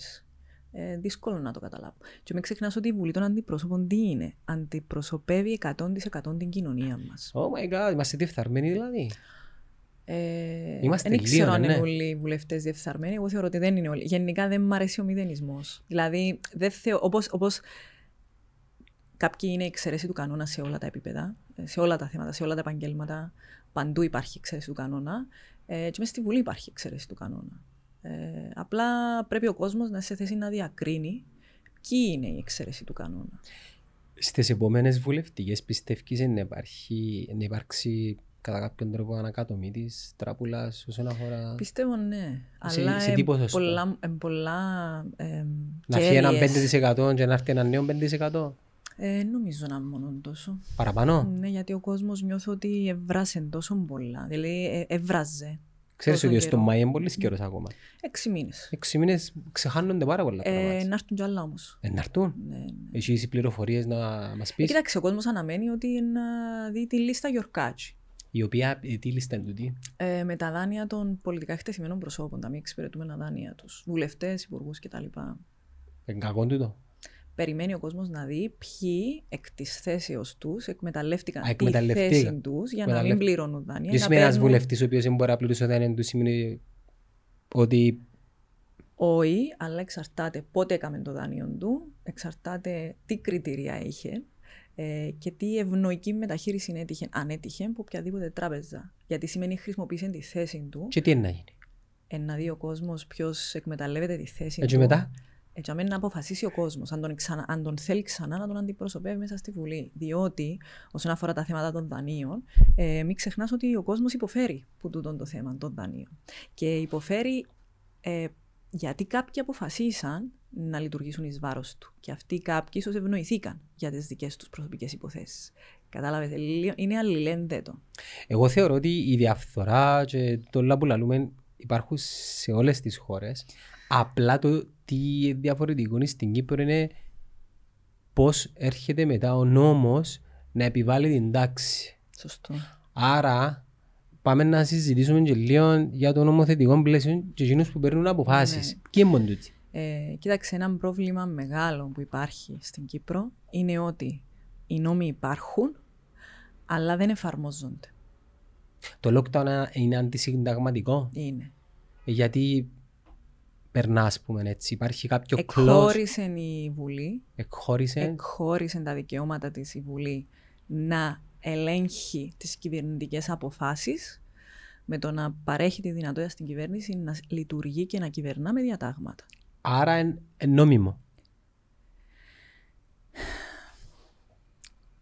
ε, δύσκολο να το καταλάβουν. Και μην ξεχνάς ότι η Βουλή των Αντιπρόσωπων τι είναι. Αντιπροσωπεύει 100% την κοινωνία μας. Oh my god, είμαστε διεφθαρμένοι δηλαδή. Ε, Είμαστε δεν ξέρω λίγο, αν ναι. είναι όλοι οι βουλευτές διεφθαρμένοι. Εγώ θεωρώ ότι δεν είναι όλοι. Γενικά δεν μου αρέσει ο μηδενισμός. Δηλαδή, δεν θεω... όπως, όπως κάποιοι είναι εξαίρεση του κανόνα σε όλα τα επίπεδα, σε όλα τα θέματα, σε όλα τα επαγγέλματα, παντού υπάρχει εξαίρεση του κανόνα. Ε, και μέσα στη Βουλή υπάρχει εξαίρεση του κανόνα. Ε, απλά πρέπει ο κόσμος να είναι σε θέση να διακρίνει ποιοι είναι η εξαίρεση του κανόνα. Στις επόμενες βουλευτικές πιστεύεις να, υπάρχει, να υπάρξει κατά κάποιον τρόπο ανακατομή της τράπουλας όσον αφορά... Πιστεύω ναι. Σε- αλλά σε τι ε, ποσοστό? πολλά. ε, πολλά ε, Να φύγει ένα κέρυες. 5% και να έρθει ένα νέο 5%. Ε, νομίζω να είναι μόνο τόσο. Παραπάνω. Ναι, γιατί ο κόσμος νιώθω ότι εβράσε τόσο πολλά. Δηλαδή, ε, εβράζε. Ξέρεις τόσο ότι στο καιρό. Μάη είναι πολύ καιρός ακόμα. Έξι μήνες. Έξι μήνες ξεχάνονται πάρα πολλά Ε, πράγματα. να έρθουν κι άλλα όμως. Ε, να έρθουν. Ναι, ναι. Έχεις οι πληροφορίες να μας Ε, πεις. κοίταξε, ο κόσμος αναμένει ότι να δει τη λίστα Γιορκάτσι. Η οποία, ε, τι λίστα είναι τούτη. Ε, με τα δάνεια των πολιτικά εκτεθειμένων προσώπων, τα μη εξυπηρετούμενα δάνεια τους, βουλευτές, υπουργούς κτλ. Ε, Κακό τούτο. Περιμένει ο κόσμος να δει ποιοι εκ της θέσεως τους εκμεταλλεύτηκαν Α, τη εκμεταλλευτήκα. θέση τους για να μην Εκμεταλλευ- πληρώνουν δάνεια. Δεν να σημαίνει ένας παίρνουν- βουλευτής ο οποίος δεν μπορεί να πληρώσει όταν του σημαίνει ότι Όχι, αλλά εξαρτάται πότε έκαμε το δάνειο του, εξαρτάται τι κριτήρια είχε ε, και τι ευνοϊκή μεταχείριση έτυχε, αν έτυχε, από οποιαδήποτε τράπεζα. Γιατί σημαίνει χρησιμοποίησε τη θέση του, και τι είναι να γίνει. ε, να δει ο κόσμος ποιος εκμεταλλεύεται τη θέση Έτσι του. μετά. Έτσι, αμέ Ε, να αποφασίσει ο κόσμος, αν, τον ξανα- αν τον θέλει ξανά να τον αντιπροσωπεύει μέσα στη Βουλή. Διότι, όσον αφορά τα θέματα των δανείων, ε, μην ξεχνάς ότι ο κόσμος υποφέρει που τούτον το θέμα των δανείων. Και υποφέρει ε, γιατί κάποιοι αποφασίσαν να λειτουργήσουν εις βάρος του. Και αυτοί οι κάποιοι ίσως ευνοηθήκαν για τις δικές τους προσωπικές υποθέσεις. Κατάλαβες, είναι αλληλένδετο. Εγώ θεωρώ ότι η διαφθορά και το όλα που λαλούμε υπάρχουν σε όλες τις χώρες. Απλά το τι διαφορετικό είναι στην Κύπρο είναι πώς έρχεται μετά ο νόμος να επιβάλλει την τάξη. Σωστό. Άρα πάμε να συζητήσουμε και λίγο για το νομοθετικό πλαίσιο και εκείνους που παίρνουν αποφάσεις. Ναι. Και μόνο τούτοι. Ε, κοίταξε, ένα πρόβλημα μεγάλο που υπάρχει στην Κύπρο είναι ότι οι νόμοι υπάρχουν, αλλά δεν εφαρμόζονται. Το lockdown είναι αντισυνταγματικό Είναι. γιατί περνά ας πούμε έτσι. Υπάρχει κάποιο κλός, Εκχώρησε η Βουλή, εκχώρησε. εκχώρησε τα δικαιώματα της η Βουλή να ελέγχει τις κυβερνητικές αποφάσεις με το να παρέχει τη δυνατότητα στην κυβέρνηση να σ- λειτουργεί και να κυβερνά με διατάγματα. Άρα εν, εν νόμιμο.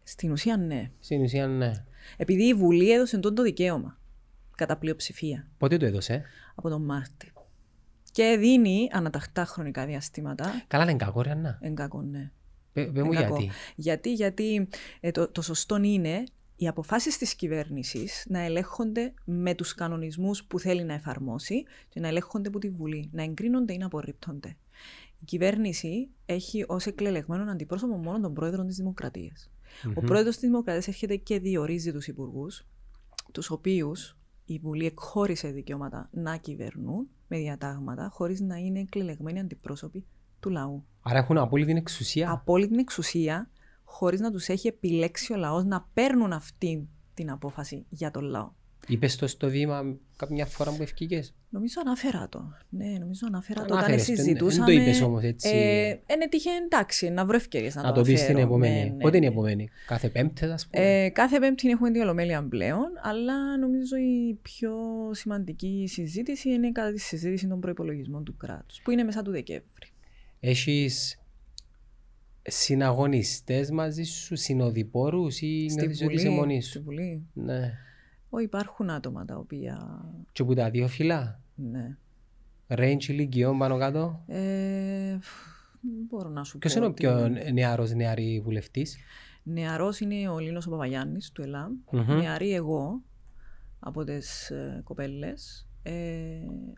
Στην ουσία ναι. Στην ουσία ναι. Επειδή η Βουλή έδωσε τότε το δικαίωμα κατά πλειοψηφία Πότε το έδωσε. από τον Μάρτι. Και δίνει αναταχτά χρονικά διαστήματα. Καλά δεν κακό ρε Ανά. Εν κακό, ναι. Πε, πε μου Είναι κακό. γιατί. Γιατί, γιατί ε, το, το σωστό είναι οι αποφάσεις της κυβέρνησης να ελέγχονται με τους κανονισμούς που θέλει να εφαρμόσει και να ελέγχονται από τη Βουλή, να εγκρίνονται ή να απορρίπτονται. Η κυβέρνηση έχει ως εκλελεγμένον αντιπρόσωπο μόνο τον πρόεδρο της Δημοκρατίας. Ο Μμμ. πρόεδρος της Δημοκρατίας έρχεται και διορίζει τους υπουργούς, τους οποίους η Βουλή εκχώρησε δικαιώματα να κυβερνούν με διατάγματα χωρίς να είναι εκλελεγμένοι αντιπρόσωποι του λαού Άρα έχουν απόλυτη την εξουσία. απόλυτη την εξουσία χωρίς να τους έχει επιλέξει ο λαός να παίρνουν αυτή την απόφαση για τον λαό. Είπες το στο βήμα κάποια φορά που ευκήκες. Νομίζω αναφέρα το. Ναι, νομίζω αναφέρα το. Όταν Αναφέρες το, ναι. συζητούσαμε... Δεν το είπες όμως έτσι. Ε, ε, ναι, τύχε εντάξει, να βρω ευκαιρίες να, Να το πεις την αναφέρω. επόμενη. Ναι, ναι, Πότε είναι η ναι. επόμενη. Κάθε πέμπτη ας πούμε. Ε, κάθε Πέμπτη έχουμε δύο ολομέλεια πλέον, αλλά νομίζω η πιο σημαντική συζήτηση είναι κατά τη συζήτηση των προπολογισμών του κράτους, που είναι μέσα του Δεκέμβρη. Έχεις συναγωνιστές μαζί σου, συνοδοιπόρους ή νιώθεις ότι είσαι μόνη στη σου. Βουλή, Ναι. ό, υπάρχουν άτομα τα οποία, Και που τα δύο φυλά. ναι, Range ηλικιών πάνω κάτω. Ε, δεν μπορώ να σου Ποιος πω. είναι ο ότι- πιο νεαρός νεαρή βουλευτής. Νεαρός είναι ο Λίνος ο Παπαγιάννης του ΕΛΑΜ. Μμμ. Νεαρή εγώ από τις ε, κοπέλες. Ε,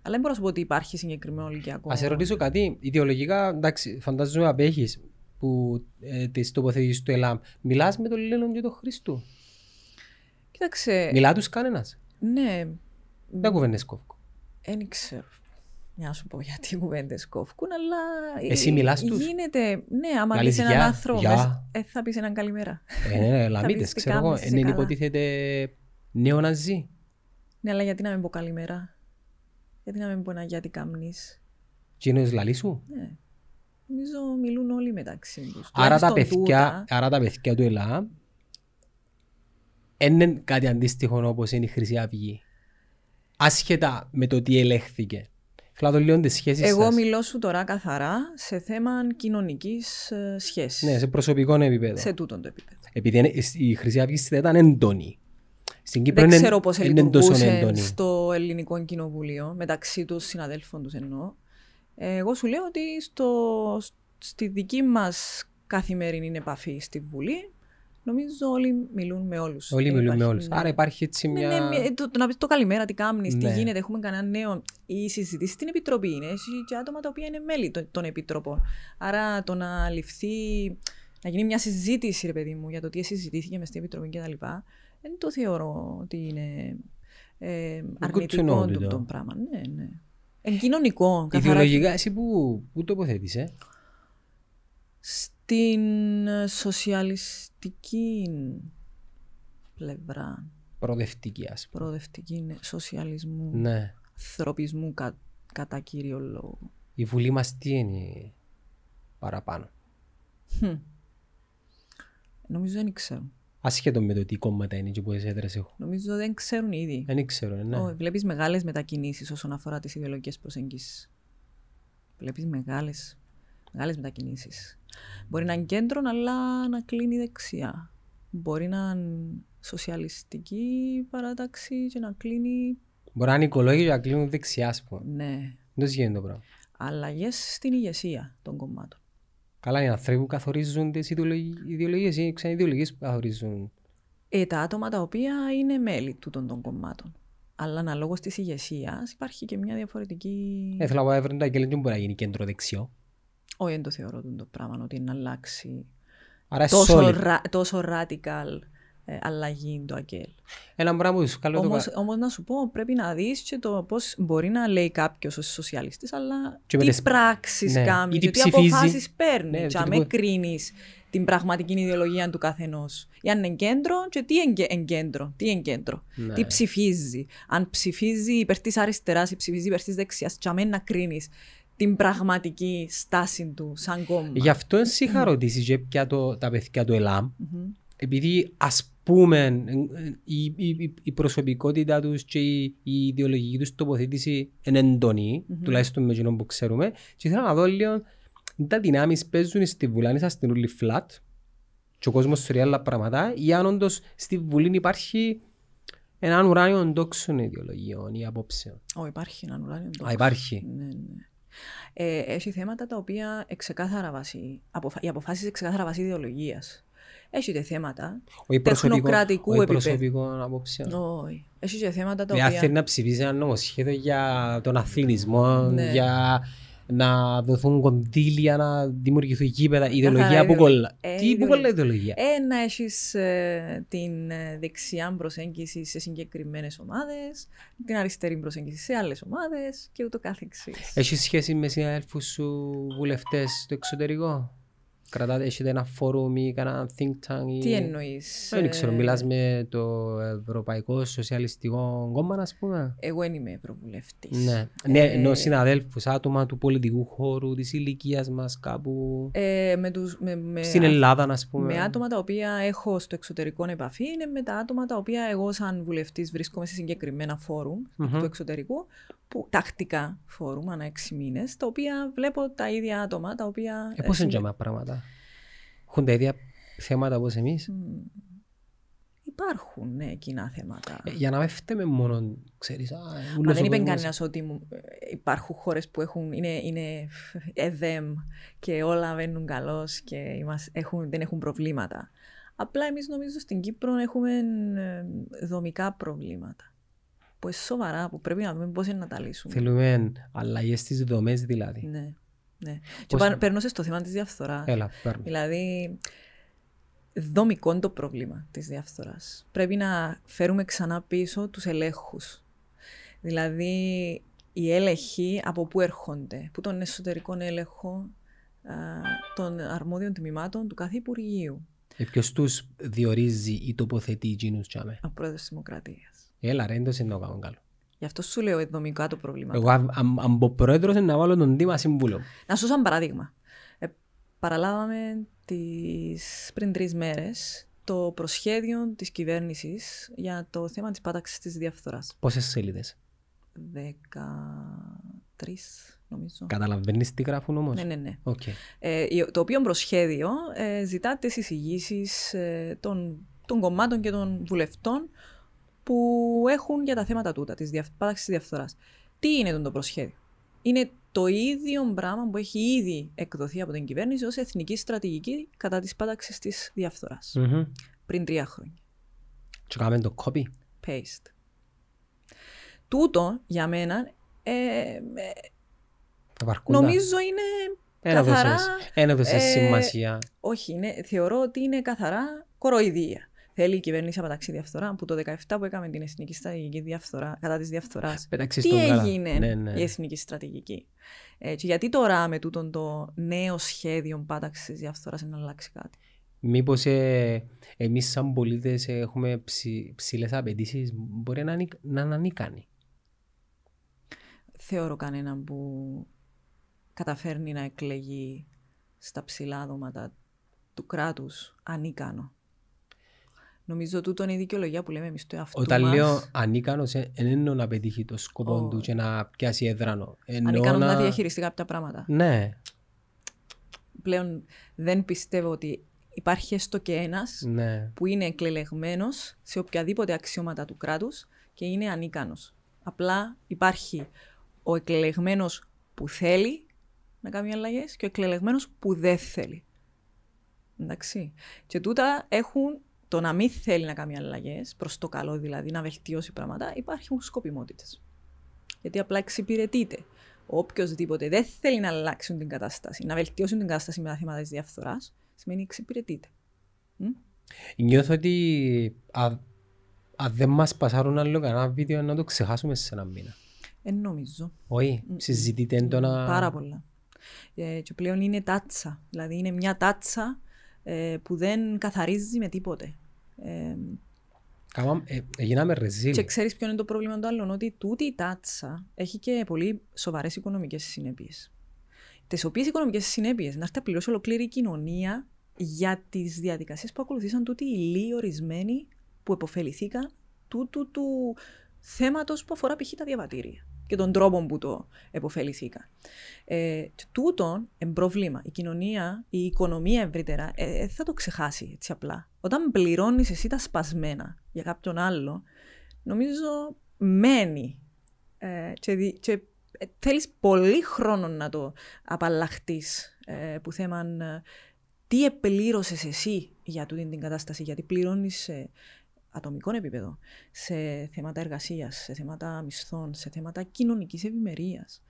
αλλά δεν μπορώ να σου πω ότι υπάρχει συγκεκριμένο ηλικιακό. Ας σε ρωτήσω κάτι. Ιδεολογικά, εντάξει, φαντάζομαι απέχεις που ε, τις τοποθετήσεις του ΕΛΑΜ. Μιλάς με τον Λίλον και τον Χριστού. Κοίταξε, Μιλά τους κανένας. ναι, Δεν κουβέντες κόφκο. δεν ξέρω. Να σου πω γιατί οι κουβέντε κόφκουν, αλλά. ε, Εσύ μιλάς τους? Γίνεται. Ναι, άμα Λαλείς δει έναν γεια, άνθρωπο. γεια. μες- Ε, θα πεις έναν καλημέρα. Ε, ναι, ναι, λαμίτες, πεις τι ξέρω εγώ. κάνεις, Ε, είσαι ναι, καλά. υποτίθεται νέο ναζί. ναι, αλλά γιατί να μην πω καλημέρα. Γιατί να μην πω ένα γιατί κάμνεις. Τι είναι ο λαλή σου. Ναι. Νομίζω μιλούν όλοι μεταξύ τους. Άρα τα, παιδιά, άρα τα παιδιά του ΕΛΑΜ είναι κάτι αντίστοιχο όπως είναι η Χρυσή Αυγή. Άσχετα με το τι ελέγχθηκε. Θέλω να το λέω τις σχέσεις Εγώ μιλώ σου τώρα καθαρά σε θέμα κοινωνικής σχέσης. Ναι, σε προσωπικό επίπεδο. Σε τούτον το επίπεδο. Επειδή είναι- η Χρυσή Αυγή στην ήταν έντονη. Στην Κύπρο Δεν είναι, ξέρω πώς είναι τόσο λειτουργούσε έντονη. στο ελληνικό κοινοβούλιο, μεταξύ των συναδέλφων τους εννοώ. Ε, Εγώ σου λέω ότι στο, στη δική μας καθημερινή επαφή στη Βουλή, νομίζω όλοι μιλούν με Ε, όλους. Όλοι μιλούν με όλου. Άρα υπάρχει έτσι Ναι, μια. ναι, μια- το, το να πεις το καλημέρα, τι κάνεις, Ναι. τι γίνεται, έχουμε κανένα νέο. Η συζήτηση στην επιτροπή είναι. Έχει και άτομα τα οποία είναι μέλη των, των επιτροπών. Άρα το να ληφθεί, να γίνει μια συζήτηση, ρε παιδί μου, για το τι συζητήθηκε μες στην επιτροπή κτλ. Δεν το θεωρώ ότι είναι ε, know αρνητικό τούτο. το, το πράγμα. Ναι, ναι. Εγκοινωνικό, καθαρά. Ιδεολογικά, εσύ που, που τοποθετήσε. Στην σοσιαλιστική πλευρά, Προοδευτική, ας πούμε. προοδευτική ναι, σοσιαλισμού. Ναι. ανθρωπισμού κα, κατά κύριο λόγο. Η Βουλή μας τι είναι παραπάνω. Χμ. Νομίζω δεν ξέρω. Ασχέτω με το τι κόμματα είναι και πόσες έδρες έχω. Νομίζω δεν ξέρουν ήδη. Δεν ξέρω, ναι. Ω, βλέπεις μεγάλες μετακινήσεις όσον αφορά τις ιδεολογικές προσεγγίσεις. Βλέπεις μεγάλες, μεγάλες μετακινήσεις. Μπορεί να είναι κέντρο, αλλά να κλείνει δεξιά. Μπορεί να είναι σοσιαλιστική παράταξη και να κλείνει... Μπορεί να είναι οικολόγοι και να κλείνουν δεξιά, ας πούμε. Ναι. Δεν τους γίνεται το πράγμα. Αλλαγές στην ηγεσία των κομμάτων. Καλά, οι άνθρωποι που καθορίζουν τις ιδεολογίες ή ξανά ιδεολογίε που καθορίζουν. Ε, τα άτομα τα οποία είναι μέλη τούτων των κομμάτων. Αλλά αναλόγως της ηγεσίας υπάρχει και μια διαφορετική. Ε, Θέλω να πω, Εύρεντα, και λένε, δεν μπορεί να γίνει κέντρο δεξιό. Όχι, δεν το θεωρώ τούτο το πράγμα ότι να αλλάξει Άρα, τόσο, Ε, solid. ρα, τόσο radical ε, αλλαγή το ΑΚΕΛ. Ένα πράγμα που σου κάνω το Όμως κα- όμως να σου πω, πρέπει να δεις και το πώς μπορεί να λέει κάποιος ως σοσιαλιστής, αλλά Και με τις- τις πράξεις ναι, ή κάνει, τι και τι ψηφίζεις. αποφάσεις παίρνεις. Ναι, και και αμέ τίποτα. κρίνεις την πραγματική ιδεολογία του καθενός. Ή αν είναι κέντρο, και τι εγκε- εγκέντρο, τι εγκέντρο. Ναι. Τι ψηφίζει. Αν ψηφίζει υπέρ της αριστεράς ή ψηφίζει υπέρ της δεξιάς, τσαμέ να κρίνεις την πραγματική στάση του σαν κόμμα. Γι' αυτό συγχαρώ τη πια το, τα παιδιά του ΕΛΑΜ, Μμμ. επειδή ας πούμε ε, η, η, η προσωπικότητά τους και η, η ιδεολογική τους τοποθέτηση είναι εντονή, Μμμ. τουλάχιστον με εκείνον που ξέρουμε. Και ήθελα να δω λίγο τα δυνάμεις παίζουν στη Βουλή, σα στην Ούλη Flat, και ο κόσμος θεωρεί άλλα πράγματα, ή αν όντως στη Βουλή υπάρχει έναν ουράνιο τόξων ιδεολογιών ή απόψεων. Ω, υπάρχει ένα ουράνιο Α, τόξο. υπάρχει. Ναι, ναι. Ε, έχει θέματα τα οποία ξεκάθαρα βασί, αποφα... οι αποφάσεις ξεκάθαρα βασί ιδεολογίας. Έχει και θέματα. Όχι Τεχνοκρατικού όχι επίπεδου. προσωπικών απόψεων. Όχι. Έχει και θέματα τα Δηλαδή, αν οποία. θέλει να ψηφίσει ένα νομοσχέδιο για τον αθλητισμό, Ναι. για να δοθούν κονδύλια, να δημιουργηθούν γήπεδα, ιδεολογία Καθαρά που ιδεολο- κολλά. Ε, Τι που ιδεολο- κολλά η ιδεολογία. Ε, να έχεις την ε, δεξιά προσέγγιση σε συγκεκριμένες ομάδες, την αριστερή προσέγγιση σε άλλες ομάδες και ούτω καθεξής. Έχει σχέση με συναδέλφους σου βουλευτές στο εξωτερικό. Κρατάτε, έχετε ένα φόρουμ ή κανένα think tank. Ή... Τι ε? εννοεί. Ε, Δεν ξέρω, μιλάς με το Ευρωπαϊκό Σοσιαλιστικό Κόμμα, ας πούμε. ε, Εγώ δεν είμαι ευρωβουλευτής. Ναι, Ε, ναι ενώ συναδέλφους, άτομα του πολιτικού χώρου, της ηλικίας μας, κάπου. Ε, με τους, με, με, στην Ελλάδα, ας πούμε. με άτομα τα οποία έχω στο εξωτερικό επαφή είναι με τα άτομα τα οποία εγώ σαν βουλευτής βρίσκομαι σε συγκεκριμένα φόρουμ Μμμ. του εξωτερικού, που, τακτικά φόρουμ ανά έξι μήνες, τα οποία βλέπω τα ίδια άτομα τα οποία... Ε, πώς είναι συν- τζάμα πράγματα. Έχουν τα ίδια θέματα όπως εμείς. Μμμ. Υπάρχουν ναι, κοινά θέματα. Ε, για να μην φταίμε μόνο, ξέρεις, α, ε, ούλος ο Μα δεν είπε κόσμος. κανένας ότι μου- ε, υπάρχουν χώρες που έχουν, είναι, είναι εδέμ και όλα βαίνουν καλώς και είμαστε- έχουν, δεν έχουν προβλήματα. Απλά εμείς νομίζω στην Κύπρο έχουμε ε, δομικά προβλήματα. Που είναι σοβαρά, που πρέπει να δούμε πώς είναι να τα λύσουμε. Θέλουμε αλλαγές στις δομές δηλαδή. Ναι, ναι. Και Πώς- Ε, πα- περνώ σε στο θέμα της διαφθοράς. Έλα, πάρουμε. Δηλαδή, δομικό είναι το πρόβλημα της διαφθοράς. Πρέπει να φέρουμε ξανά πίσω τους ελέγχους. Δηλαδή, οι έλεγχοι από πού έρχονται, που τον εσωτερικό έλεγχο α, των αρμόδιων τμήματων του κάθε Υπουργείου Ε, ποιος τους διορίζει ή τοποθετεί εκείνους τζάμε. από πρόεδρος της Δημοκρατίας. Έλα ρε, εντός είναι να κάνω καλό. Γι' αυτό σου λέω δομικά το πρόβλημα. Εγώ αν- αν- αν πω πρόεδρος είναι να βάλω τον Δήμα Σύμβουλο. Να σου σαν παράδειγμα. Ε, παραλάβαμε τις, πριν τρεις μέρες το προσχέδιο της κυβέρνησης για το θέμα της πάταξης της διαφθοράς. Πόσες σελίδες. 13 νομίζω. Καταλαβαίνεις τι γράφουν όμως. Ναι, ναι, ναι. Οκ. Ε, η- το οποίο προσχέδιο ε, ζητά τις εισηγήσεις ε, των, των κομμάτων και των βουλευτών που έχουν για τα θέματα τούτα, της διαφ... παράξης της διαφθοράς. Τι είναι το, το προσχέδιο. Είναι το ίδιο πράγμα που έχει ήδη εκδοθεί από την κυβέρνηση ως εθνική στρατηγική κατά της πάταξης της διαφθοράς. Μμμ. Πριν τρία χρόνια. Και κάνουμε το copy. Paste. Τούτο για μένα ε, ε, Βαρκούντα. νομίζω είναι Ένα καθαρά, δώσες- Ένα δώσες ε, σημασία. Όχι, είναι, θεωρώ ότι είναι καθαρά κοροϊδία. Θέλει η κυβέρνηση από ταξίδια διαφθορά που το 17 που έκαμε την εθνική στρατηγική διαφθορά, κατά της διαφθοράς. Πέταξες Τι τον καλά. έγινε Ναι, ναι. η εθνική στρατηγική. Ε, και γιατί τώρα με τούτον το νέο σχέδιο πάταξης διαφθοράς να αλλάξει κάτι. Μήπως ε, εμείς, σαν πολίτες, έχουμε ψη, ψηλές απαιτήσεις, μπορεί να, είναι- να είναι ανίκανοι. Θεωρώ κανέναν που καταφέρνει να εκλεγεί στα ψηλά δώματα του κράτους ανίκανο. Νομίζω τούτο είναι η δικαιολογία που λέμε εμείς του εαυτού Όταν μας. λέω ανίκανο, δεν εννοώ να πετύχει το σκοπό Ω. του και να πιάσει έδρανο. Εννοώ Ανίκανο να διαχειριστεί κάποια πράγματα. Ναι, πλέον δεν πιστεύω ότι υπάρχει έστω και ένας ναι. που είναι εκλελεγμένος σε οποιαδήποτε αξιώματα του κράτους και είναι ανίκανος. Απλά υπάρχει ο εκλελεγμένος που θέλει να κάνει αλλαγές και ο εκλελεγμένος που δεν θέλει. Εντάξει. Και τούτα έχουν το να μην θέλει να κάνει αλλαγές, προς το καλό δηλαδή, να βελτιώσει πράγματα, υπάρχουν σκοπιμότητες. Γιατί απλά εξυπηρετείται. Οποιοδήποτε δεν θέλει να αλλάξουν την κατάσταση, να βελτιώσουν την κατάσταση με τα θέματα της διαφθοράς, σημαίνει εξυπηρετείται. Μμ. Νιώθω ότι αν αν δεν μας πασάρουν άλλο κανένα βίντεο, να το ξεχάσουμε σε ένα μήνα. Ε, νομίζω. Όχι, Μμμ. συζητείτε έντονα. Πάρα πολλά. Ε, και πλέον είναι τάτσα. Δηλαδή είναι μια τάτσα ε, που δεν καθαρίζει με τίποτε. Ε, Κάμα, ε, γίναμε ρεζίλ. και ξέρεις ποιο είναι το πρόβλημα των άλλων, ότι τούτη η τάτσα έχει και πολύ σοβαρές οικονομικές συνέπειες. Τις οποίες οικονομικές συνέπειες να έρθει να πληρώσει ολοκλήρη η κοινωνία για τις διαδικασίες που ακολουθήσαν τούτη οι λίγοι ορισμένοι που επωφεληθήκαν τούτου του θέματος που αφορά π.χ. τα διαβατήρια και των τρόπων που το επωφεληθήκα. Ε, τούτον εν πρόβλημα. Η κοινωνία, η οικονομία ευρύτερα, ε, ε, θα το ξεχάσει έτσι απλά. Όταν πληρώνεις εσύ τα σπασμένα για κάποιον άλλο, νομίζω μένει. Ε, και, δι- και ε, θέλεις πολύ χρόνο να το απαλλαχτείς ε, που θέμαν ε, τι επλήρωσες εσύ για τούτη την κατάσταση, γιατί πληρώνεις σε ατομικό επίπεδο, σε θέματα εργασίας, σε θέματα μισθών, σε θέματα κοινωνικής ευημερίας.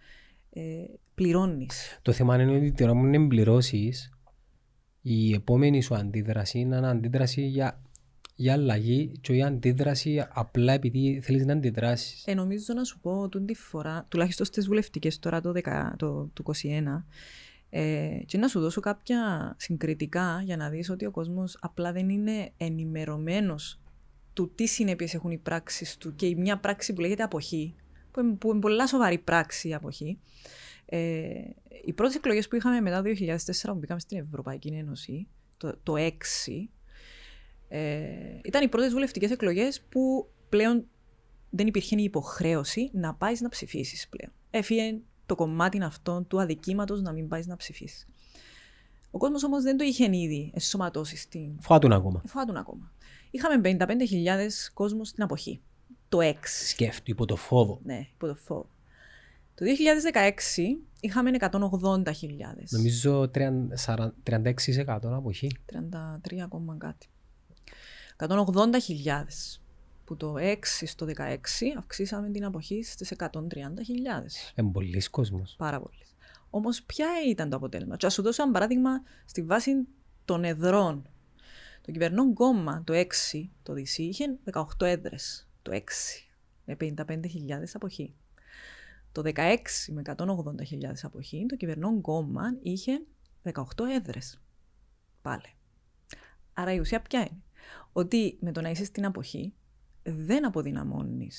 Ε, πληρώνεις. Το θέμα είναι ότι την ώρα μου εμπληρώσεις, η επόμενη σου αντίδραση είναι ένα αντίδραση για, για αλλαγή και η αντίδραση απλά επειδή θέλεις να αντιδράσεις. Ε, νομίζω να σου πω τούτη φορά, τουλάχιστον στις βουλευτικές τώρα το, 10, το, το 21, ε, και να σου δώσω κάποια συγκριτικά για να δεις ότι ο κόσμος απλά δεν είναι ενημερωμένος του τι συνέπειες έχουν οι πράξεις του και η μια πράξη που λέγεται αποχή, που είναι, που είναι πολλά σοβαρή πράξη η αποχή. Ε, οι πρώτες εκλογές που είχαμε μετά το 2004 που μπήκαμε στην Ευρωπαϊκή Ένωση, το, το 6, ε, ήταν οι πρώτες βουλευτικές εκλογές που πλέον δεν υπήρχε η υποχρέωση να πάεις να ψηφίσεις πλέον. Έφυγε το κομμάτι αυτό του αδικήματος να μην πάεις να ψηφίσεις. Ο κόσμος όμως δεν το είχε ήδη ενσωματώσει στην Φάτουν ακόμα. Φάτουν ακόμα. Είχαμε 55.000 κόσμο στην αποχή. Το 6. Σκέφτου υπό το φόβο. Ναι, υπό το φόβο. Το 2016 είχαμε 180.000. Νομίζω 30 40 36% αποχή. 33 ακόμα κάτι. 180.000. Που το 6 στο 16 αυξήσαμε την αποχή στις 130.000. Εν πολλής κόσμος. Πάρα πολύ. Όμως, ποια ήταν το αποτέλεσμα. Και ας σου δώσω ένα παράδειγμα στη βάση των εδρών. Το κυβερνών κόμμα το 6, το ΔΥΣΥ, είχε 18 έδρες. Το 6, με 55.000 αποχή. Το 16, με 180.000 αποχή, το κυβερνών κόμμα είχε 18 έδρες. Πάλι. Άρα η ουσία ποια είναι. Ότι με το να είσαι στην αποχή δεν αποδυναμώνεις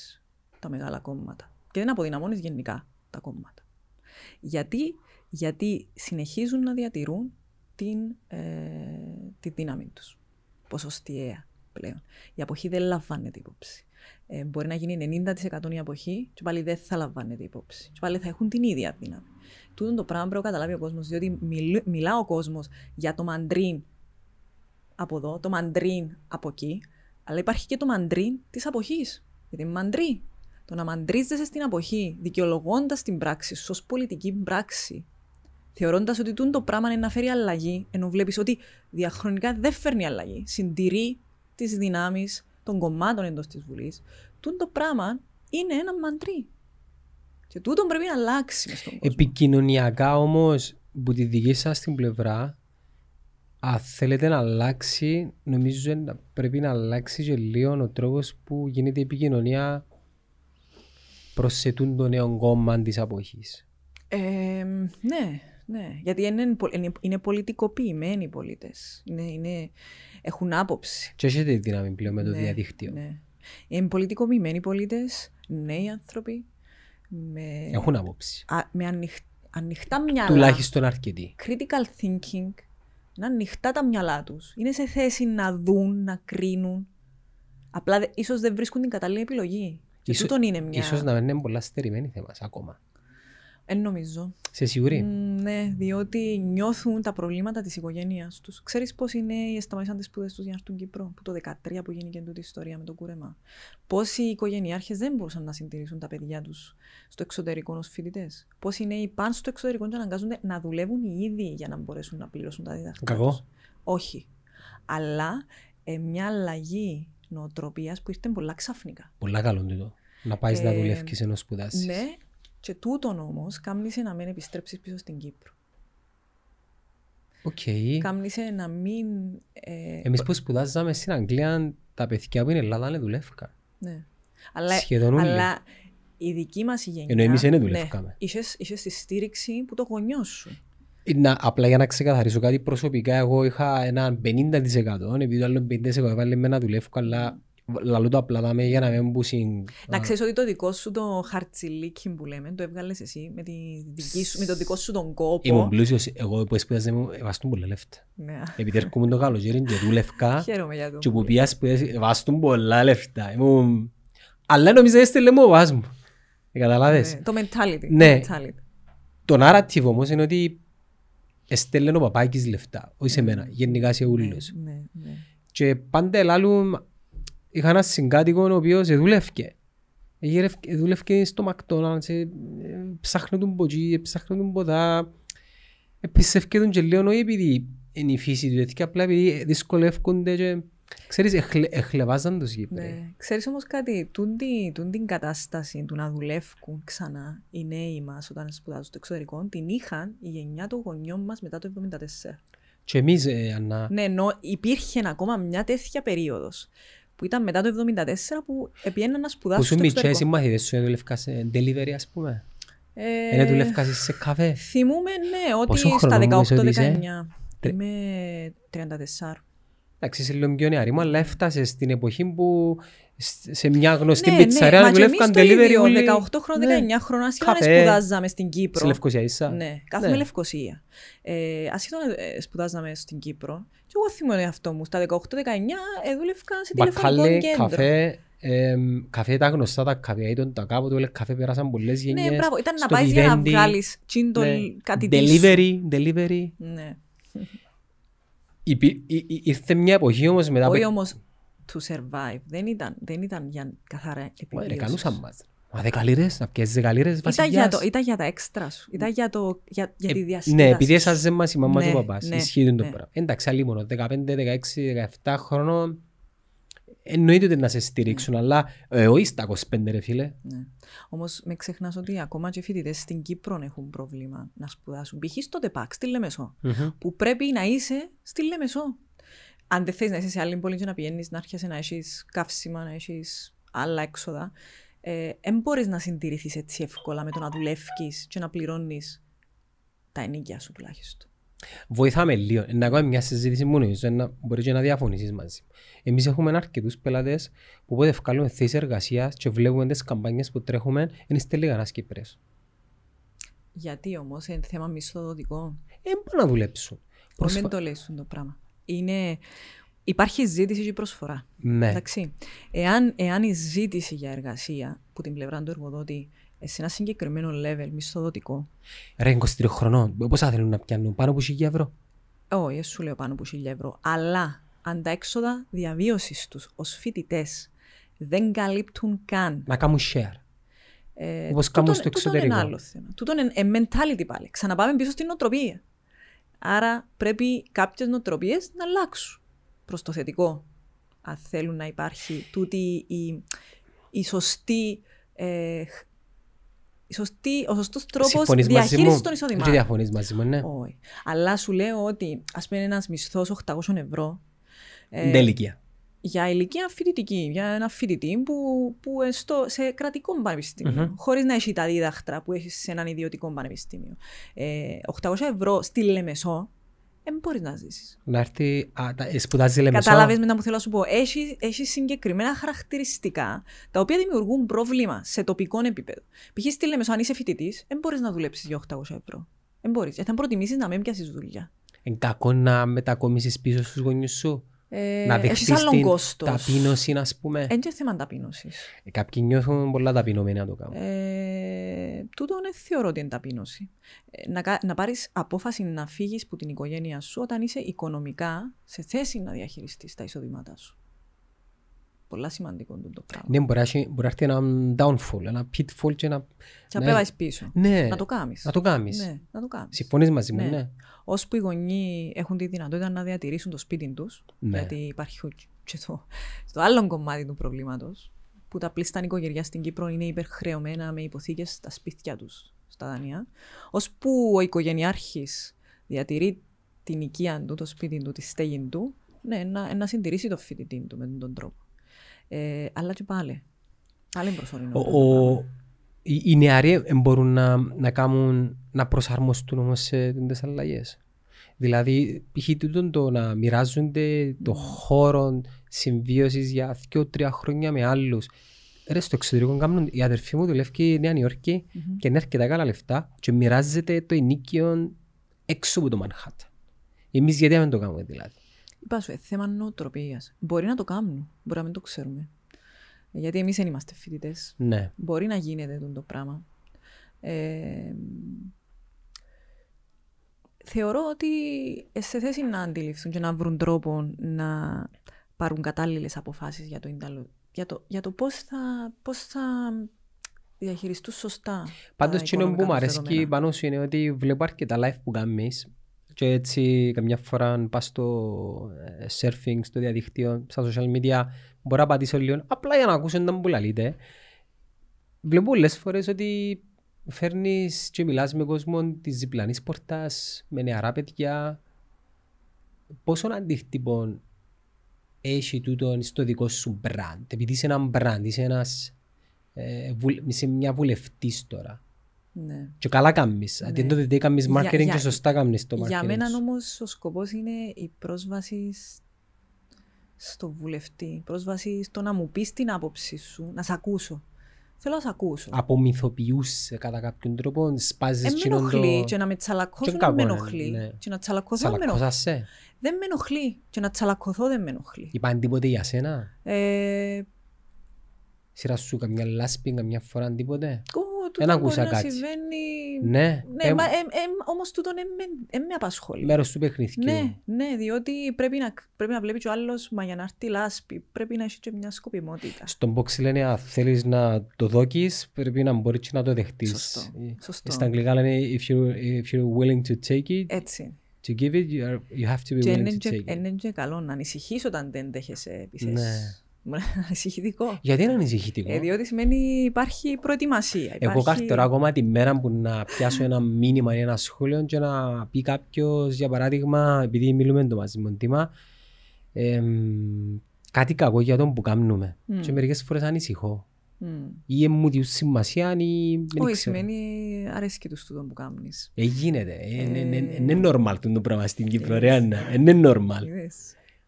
τα μεγάλα κόμματα. Και δεν αποδυναμώνεις γενικά τα κόμματα. Γιατί, γιατί συνεχίζουν να διατηρούν την, ε, τη δύναμη τους. Ποσοστιαία πλέον. Η αποχή δεν λαμβάνεται υπόψη. Ε, μπορεί να γίνει 90% η αποχή και πάλι δεν θα λαμβάνεται υπόψη. Και πάλι θα έχουν την ίδια δύναμη. Τούτον το πράγμα πρέπει να καταλάβει ο κόσμος, διότι μιλ- μιλά ο κόσμος για το μαντρίν από εδώ, το μαντρίν από εκεί, αλλά υπάρχει και το μαντρίν της αποχής. Γιατί μαντρί. Το να μαντρίζεσαι στην αποχή, δικαιολογώντας την πράξη σου ως πολιτική πράξη, θεωρώντας ότι τούν το πράγμα είναι να φέρει αλλαγή, ενώ βλέπεις ότι διαχρονικά δεν φέρνει αλλαγή, συντηρεί τις δυνάμεις των κομμάτων εντός της Βουλής, τούν το πράγμα είναι ένα μαντρί. Και τούτον πρέπει να αλλάξει μες στον κόσμο. Επικοινωνιακά όμως, που τη δική σας την πλευρά, αν θέλετε να αλλάξει, νομίζω να- πρέπει να αλλάξει και λίγο ο τρόπος που γίνεται η επικοινωνία προσετούν το νέο κόμμα της αποχής. Ε, ναι, ναι. Γιατί είναι, είναι, είναι πολιτικοποιημένοι οι πολίτες. είναι, έχουν άποψη. Και έχετε δύναμη πλέον με το Ναι, διαδίκτυο. Ναι. Είναι πολιτικοποιημένοι πολίτες, νέοι άνθρωποι, με, Έχουν άποψη. α- με ανοιχ- ανοιχτά μυαλά. Ε, Τουλάχιστον αρκετοί. Critical thinking, να ανοιχτά τα μυαλά τους. Είναι σε θέση να δουν, να κρίνουν. Απλά δε, ίσως δεν βρίσκουν την κατάλληλη επιλογή. Και Ίσο- τούτον είναι μια. Ίσως να μην είναι πολλά στερημένη θέμα ακόμα. Ε, νομίζω. Σε σίγουρη. Μ, ναι, διότι νιώθουν τα προβλήματα της οικογένειας τους. Ξέρεις πώς οι νέοι σταμάτησαν τι σπουδές τους για να έρθουν Κύπρο, που το 13 που γίνηκε τούτη η ιστορία με το κούρεμα. Πόσοι οικογενειάρχες δεν μπορούσαν να συντηρήσουν τα παιδιά τους στο εξωτερικό ως φοιτητές. Πόσοι νέοι πάνε στο εξωτερικό και αναγκάζονται να δουλεύουν οι ίδιοι για να μπορέσουν να πληρώσουν τα διδακτικά. Κακό. τους. Όχι. Αλλά ε, μια αλλαγή νοοτροπίας που ήρθε πολλά ξαφνικά. Πολλά καλό τούτο. Να πάεις να Ε, δουλεύεις ενώ σπουδάσεις. Ναι, και τούτον όμως κάμνησε να μην επιστρέψεις πίσω στην Κύπρο. Οκ. Κάμνησε να μην. Ε, Εμείς που σπουδάζαμε στην Αγγλία, τα παιδιά που είναι Ελλάδα είναι δουλεύκα. ναι. Αλλά, Σχεδόν όλοι. αλλά η δική μας γενιά. Ενώ εμείς δεν ναι, δουλεύκαμε. είχες- είχες τη στήριξη που το γονιός σου. Ε, Να, απλά για να ξεκαθαρίσω κάτι προσωπικά, εγώ είχα ένα 50% επειδή το άλλο 50% έβαλε με να δουλεύω, αλλά Λαλού το απλά δάμε για να μην μπουσιν. Να ξέρεις ότι το δικό σου το χαρτζιλίκι που λέμε το έβγαλες εσύ με, τη δική σου, με τον δικό σου τον κόπο. Ήμουν πλούσιος, εγώ που έσπουδαζα μου βάστουν πολλά λεφτά. Ναι. Επειδή έρχομαι το καλοκαίρι και δούλευκα Χαίρομαι για το. και που πήγα σπουδές βάστουν πολλά λεφτά. Ήμουν... Αλλά νομίζω έστειλε μου ο βάς μου. Ε, Καταλάβες. Ναι, Το mentality. Ναι. το mentality. Το narrative όμως είναι ότι έστελνε ο παπάκης λεφτά, όχι σε μένα, γενικά σε όλους. Ναι, ναι. Και πάντα ελάλου είχα ένα συγκάτοικο ο οποίος δούλευκε. Εγέρευκε- Δούλευκε στο McDonald's, ε, ε, ψάχνε τον ποτζί, ε, ψάχνε τον ποτά. Επισεύκε τον και λέω, όχι επειδή είναι η φύση του, έτσι και απλά επειδή δυσκολεύκονται και... Ξέρεις, εχλε- εχλεβάζαν τους Κύπροι. Ναι. Ξέρεις όμως κάτι, τούντι, τούντι την κατάσταση του να δουλεύουν ξανά οι νέοι μας όταν σπουδάζουν στο εξωτερικό, την είχαν η γενιά των γονιών μας μετά το 1974. Και εμείς, ε, Ανά, Ναι, ενώ υπήρχε ακόμα μια τέτοια περίοδος που ήταν μετά το 1974 που επιέναν να που σπουδάσουν σου στο μητσές οι εξωτερικό. μαθητές σου, ε, δούλευκα σε delivery ας πούμε. Ε, Είναι δούλευκα σε καφέ. Θυμούμε, ναι, ότι Πόσο στα χρονών μου είσαι ότι είσαι? 18-19 Τρι- είμαι 34. Εντάξει, είσαι λίγο πιο νεαρή μου, αλλά έφτασες στην εποχή που σ- σε μια γνωστή Ναι, πιτσαρία ναι, να μα και εμείς δουλεύκαν το delivery ίδιο, όλοι. Ναι. 18 χρόνια, 19 χρόνια, σχεδόν Καφέ. σπουδάζαμε στην Στη Κύπρο. Λευκοσία ίσα. Ναι, κάθομαι Ναι. Λευκοσία. Ε, ασχεδόν ε, σπουδάζαμε στην Κύπρο. Και εγώ θυμάμαι τον εαυτό μου. Στα 18-19 ε, δούλευκα σε τηλεφωνικό Μπακάλε, κέντρο. καφέ, εμ, καφέ τα γνωστά, τα καφεαίτων, τα κάποτε, όλα καφέ πέρασαν πολλές γενιές. Ναι, μπράβο. Ήταν να στο πάεις για να Vivendi, βγάλεις τσίντολ ναι. κάτι τέτοιο. Delivery, delivery. Ναι. Υπή- ή- ή- Ήρθε μια εποχή όμως μετά Όχι από... όμως to survive. Δεν ήταν, δεν ήταν για καθαρά Μα ρε, επιβίωσης. κανούσαν μας. Μα δεκαλίρες, να πιέζεις δεκαλίρες, Ήταν για, βασιλιάς. το, ήταν για τα έξτρα σου. Ήταν για, το, για, για τη Ε, διασκέδαση. Ναι, επειδή έσαζε μας η μαμά και Ναι, ο παπάς. ναι, Ισχύει το ναι. πράγμα. Εντάξει, άλλη μόνο. 15, 16, 17 χρόνων. Εννοείται ότι να σε στηρίξουν, αλλά ε, όχι στα 25 ρε φίλε. Ναι. Όμως με ξεχνάς ότι ακόμα και οι φοιτητές στην Κύπρο έχουν πρόβλημα να σπουδάσουν. Π.χ. στο ΤΕΠΑΚ, στη Λέμεσο. που πρέπει να είσαι στη Λέμεσο. Αν δεν θες να είσαι σε άλλη πόλη και να πηγαίνεις να έρχεσαι να έχεις καύσιμα, να έχεις άλλα έξοδα, δεν ε, μπορείς να συντηρηθείς έτσι εύκολα με το να δουλεύει και να πληρώνεις τα ενίκια σου τουλάχιστον. Βοηθάμε λίγο. Να κάνουμε μια συζήτηση μου νομίζω, να μπορεί και να διαφωνήσεις μαζί. Εμείς έχουμε αρκετούς πελάτες που πότε βγάλουμε θέσεις εργασίας και βλέπουμε τις καμπάνιες που τρέχουμε, είναι στέλνει κανένας Κύπρες. Γιατί όμως είναι θέμα μισθοδοτικό. Ε, μπορούν να δουλέψουν. Προσφα... Προσφα- το λες το πράγμα. Είναι... Υπάρχει ζήτηση και προσφορά. Ναι. Εντάξει. Εάν, εάν η ζήτηση για εργασία που την πλευρά του εργοδότη ε, σε ένα συγκεκριμένο level μισθοδοτικό Ρε, 23 χρονών. Πόσα θέλουν να πιάνουν, πάνω από 1000 ευρώ. Ε, Όχι, δεν σου λέω πάνω από 1000 ευρώ. Αλλά αν τα έξοδα διαβίωσης τους ως φοιτητές δεν καλύπτουν καν. Να κάνουν share. Ε, Όπως τούτον- κάνουν στο τούτον εξωτερικό. είναι άλλο θέμα. Τούτον είναι ε, mentality πάλι. Ξαναπάμε πίσω στην νοοτροπία. Άρα πρέπει κάποιες νοοτροπίες να αλλάξουν προς το θετικό. Αν θέλουν να υπάρχει τούτη η, η σωστή. Ε, χ- η σωστή- ο σωστός τρόπος Συμφωνείς μαζί μου. διαχείριση των Δεν εισοδημάτων. διαφωνείς μαζί μου, ναι. Όχι. Αλλά σου λέω ότι ας πούμε ένας μισθός 800 ευρώ. ε, Τέλικια. για ηλικία φοιτητική, για ένα φοιτητή που, που ε, στο, σε κρατικό πανεπιστήμιο, Μμμ. χωρίς να έχει τα δίδακτρα που έχεις σε έναν ιδιωτικό πανεπιστήμιο. Ε, 800 ευρώ στη Λεμεσό, δεν μπορείς να ζήσεις. Να έρθει, α, τα, ε, σπουδάζει Λεμεσό. Κατάλαβε μετά που θέλω να σου πω. Έχει, έχει συγκεκριμένα χαρακτηριστικά τα οποία δημιουργούν πρόβλημα σε τοπικό επίπεδο. Π.χ. στη Λεμεσό, αν είσαι φοιτητής, δεν μπορείς να δουλέψεις για 800 ευρώ. Δεν μπορεί. Θα προτιμήσεις να μην πιάσεις δουλειά. Είναι κακό να μετακομίσεις πίσω στους γονείς σου. Ε, να έχεις δεχτείς άλλον την κόστος. ταπείνωση, ας πούμε. Εν και θέμα ταπείνωσης. Ε, Κάποιοι νιώθουν πολλά ταπεινωμένοι να το κάνουν. Ε, τούτο δεν θεωρώ ότι είναι ταπείνωση. Ε, να, κα- να πάρεις απόφαση να φύγεις από την οικογένειά σου όταν είσαι οικονομικά σε θέση να διαχειριστείς τα εισοδήματά σου. Πολλά σημαντικό είναι το πράγμα. Ναι, μπορεί να έχει- μπορεί να έρθει ένα downfall, ένα pitfall και να... Και ναι. να πέβαεις πίσω. Ναι, Να το κάνεις. να το κάνεις. Ναι, να το κάνεις. Συμφωνείς μαζί μου, Ναι. ναι. Ώσπου οι γονείς έχουν τη δυνατότητα να διατηρήσουν το σπίτι τους, Ναι. γιατί υπάρχει και το, το άλλο κομμάτι του προβλήματος, που τα πλήστα νοικοκυριά στην Κύπρο είναι υπερχρεωμένα με υποθήκες στα σπίτια τους στα Δανία, ώσπου ο οικογενειάρχης διατηρεί την οικία του, το σπίτι του, τη στέγη του, ναι, να, να συντηρήσει το φοιτητή του με τον τρόπο. Ε, αλλά και πάλι. Πάλι είναι προσωρινό. Ο, ο- οι, οι νεαροί ε, μπορούν να, να, κάνουν, να προσαρμοστούν όμως σε τις αλλαγές. Δηλαδή, π.χ. τούτον το να μοιράζονται το χώρο συμβίωσης για δύο-τρία χρόνια με άλλους. Ρε, στο εξωτερικό κάνουν. Η αδερφή μου δουλεύει Νέα Νιόρκη Μμμ. και είναι αρκετά καλά λεφτά και μοιράζεται το ενίκιο έξω από το Μανχάτα. Εμείς γιατί να μην το κάνουμε δηλαδή. Είπα σου, ε, θέμα νοοτροπίας. Μπορεί να το κάνουν, μπορεί να μην το ξέρουμε. Ε, Γιατί εμείς δεν είμαστε φοιτητές. Ναι. Μπορεί να γίνεται τούτο το πράγμα. Ε, θεωρώ ότι ε, σε θέση να αντιληφθούν και να βρουν τρόπο να πάρουν κατάλληλες αποφάσεις για το ίνταλο, για το, για το πώς, θα, πώς θα διαχειριστούν σωστά Πάντως, τα εκείνο που μου οικονομικά τους αρέσει και δεδομένα. πάνω σου είναι ότι βλέπω αρκετά live που κάνεις. Και έτσι, καμιά φορά πας στο ε, surfing, στο διαδικτύο, στα social media, μπορώ να πατήσω λίγο. Απλά για να ακούσω να μου λαλείτε. Βλέπω πολλές φορές ότι φέρνεις και μιλάς με κόσμο της διπλανής πορτά, με νεαρά παιδιά. Πόσο αντίκτυπο έχει τούτο στο δικό σου brand, επειδή είσαι ένα brand, είσαι, ένας, ε, βουλ- είσαι μια βουλευτής τώρα. Ναι. Και καλά κάνεις. Αντί τότε τι κάνεις Για- marketing για- και σωστά κάνεις το marketing. Για μένα σου. όμως ο σκοπός είναι η πρόσβαση σ- στο βουλευτή. η Πρόσβαση στο να μου πεις την άποψή σου, να σε ακούσω. Θέλω να σε ακούσω. Απομυθοποιούσε κατά κάποιον τρόπο, σπάζεις Ε, με εκείνον ενοχλεί το... και να με τσαλακώσουν κακό, δεν με ναι, ενοχλεί. ναι. Και να τσαλακωθώ με ενοχλεί. Σαλακώσασαι. Δεν με ενοχλεί. Και να τσαλακωθώ δεν με ενοχλεί. Είπαν τίποτε για σένα. Ε, Σειρά σου καμιά λάσπη, καμιά φορά τίποτε. εγώ Εν τούτο μπορεί ακούσα να κάτι. συμβαίνει... Ναι. Ναι, μα, ε, ε, όμως τούτον δεν με- δεν με απασχολεί. Μέρος του παιχνιδιού. Ναι, ναι, διότι πρέπει να, πρέπει να βλέπεις και ο άλλος, μα για να έρθει λάσπη, πρέπει να έχεις και μια σκοπιμότητα. Στον box λένε, αν θέλεις να το δόκεις, πρέπει να μπορείς και να το δεχτείς. Σωστό. Ε, Σωστό. Στα αγγλικά λένε, if you're, if you're willing to take it, Έτσι. to give it, you, are, you have to be Και willing είναι to και, ε, ναι. take it. είναι και καλό να ανησυχείς όταν δεν δέχεσαι επιθέσεις. Ναι. Ανησυχητικό. Γιατί είναι ανησυχητικό. Ε, διότι σημαίνει υπάρχει προετοιμασία. Εγώ υπάρχει... καρτερώ ακόμα τη μέρα που να πιάσω ένα μήνυμα ή ένα σχόλιο και να πει κάποιος, για παράδειγμα, επειδή μιλούμε το μαζί μου τίμα, εμ, κάτι κακό για τον που κάνουμε. Μμ. Και μερικές φορές ανησυχώ. Μμ. Ή μου διούν σημασία, ή δεν Όχι, ξέρω. σημαίνει αρέσκει τους τούτο που κάνεις. Ε, γίνεται. Ε, ναι, ναι, Ε. ναι, Είναι normal τούτο το πράγμα στην Κύπρο, ρε Άννα. Ε, Είναι normal.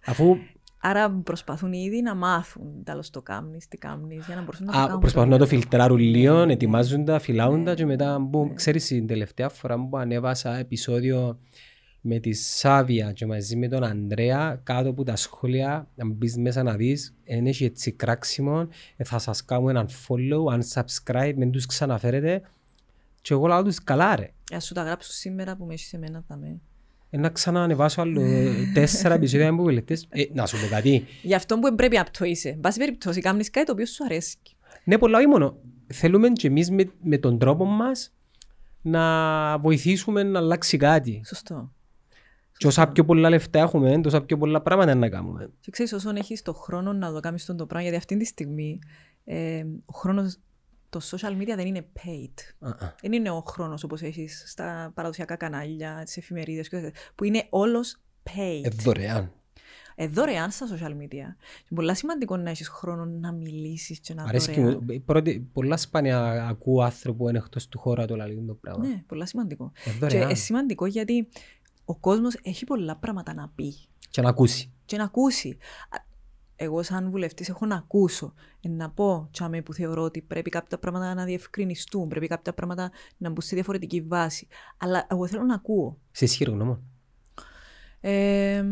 Αφού Άρα προσπαθούν ήδη να μάθουν τέλος το κάμνης, τι κάμνης, για να μπορούν να το α, κάνουν. προσπαθούν να το καλύτερα. φιλτράρουν λίγο, Ναι. ετοιμάζουν τα, φυλάουν τα και μετά μπούμ. Ναι. Ξέρεις την τελευταία φορά που ανέβασα επεισόδιο με τη Σάβια και μαζί με τον Ανδρέα κάτω από τα σχόλια να μπεις μέσα να δεις εν έχει έτσι κράξιμο ε, θα σας κάνω έναν follow, unsubscribe, μην τους ξαναφέρετε και εγώ λέω τους καλά ρε Ε, Ας σου τα γράψω σήμερα που με έχεις εμένα θα με. ε, να ξανανεβάσω άλλο ε, τέσσερα επεισόδια με βουλευτές ε, να σου πω κάτι Γι' αυτό που πρέπει να το είσαι. Εν πάση περιπτώσει, κάνεις κάτι το οποίο σου αρέσει. Ναι, πολλά ή μόνο. Θέλουμε και εμείς με, με τον τρόπο μας να βοηθήσουμε να αλλάξει κάτι. Σωστό. Και όσα πιο πολλά λεφτά έχουμε, τόσα πιο πολλά πράγματα να κάνουμε. Και ξέρεις, όσον έχεις το χρόνο να το κάνεις το πράγμα, γιατί αυτή τη στιγμή ε, ο χρόνος. Το social media δεν είναι paid. Α, α. Δεν είναι ο χρόνος όπως έχεις στα παραδοσιακά κανάλια, τις εφημερίδες που είναι όλος paid. Ε, δωρεάν. Ε, δωρεάν στα social media. Είναι πολύ σημαντικό να έχεις χρόνο να μιλήσεις και να Αρέσκει δωρεάν. μου. Ε, Πρώτη, πολλά σπάνια ακούω άνθρωπο είναι εκτός του χώρα του λαλή το πράγμα. Ναι, πολύ σημαντικό. Ε, Και δωρεάν. είναι Και, σημαντικό γιατί ο κόσμος έχει πολλά πράγματα να πει να ακούσει. και να ακούσει. Α, Εγώ, σαν βουλευτής, έχω να ακούσω, ε, να πω τσάμε που θεωρώ ότι πρέπει κάποια πράγματα να διευκρινιστούν, πρέπει κάποια πράγματα να μπουν σε διαφορετική βάση. Αλλά εγώ θέλω να ακούω. Σε ισχυρό γνώμο. Ε,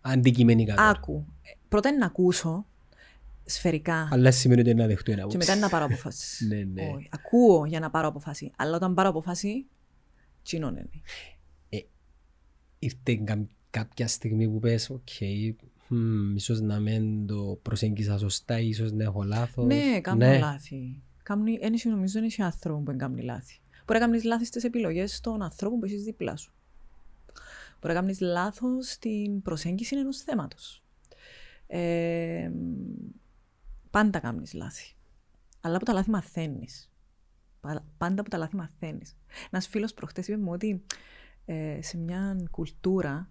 Αντικειμενικά. τώρα. άκου. Ε, Πρώτα είναι να ακούσω σφαιρικά. Αλλά σημαίνει ότι είναι να δεχτώ ένα Και άποψη. μετά είναι να πάρω αποφάσεις. Ναι, ναι. Όχι. Ακούω για να πάρω αποφάση. Αλλά όταν πάρω αποφάση, τσινώνε. Ήρθε κα- κάποια στιγμή που πες, οκ, μμμ, ίσως να μην το προσέγγισα σωστά, ίσως να έχω λάθος. Ναι, κάνω λάθη. Κάμνει, ένιση, νομίζω δεν έχει άνθρωπο που δεν κάνει λάθη. Μπορεί να κάνει λάθη στις επιλογές των ανθρώπων που έχεις δίπλα σου. Μπορεί να κάνει λάθος στην προσέγγιση ενός θέματος. Ε, πάντα κάνει λάθη. Αλλά από τα λάθη μαθαίνεις. Πάντα από τα λάθη μαθαίνεις. Ένας φίλος προχτές είπε μου ότι ε, σε μια κουλτούρα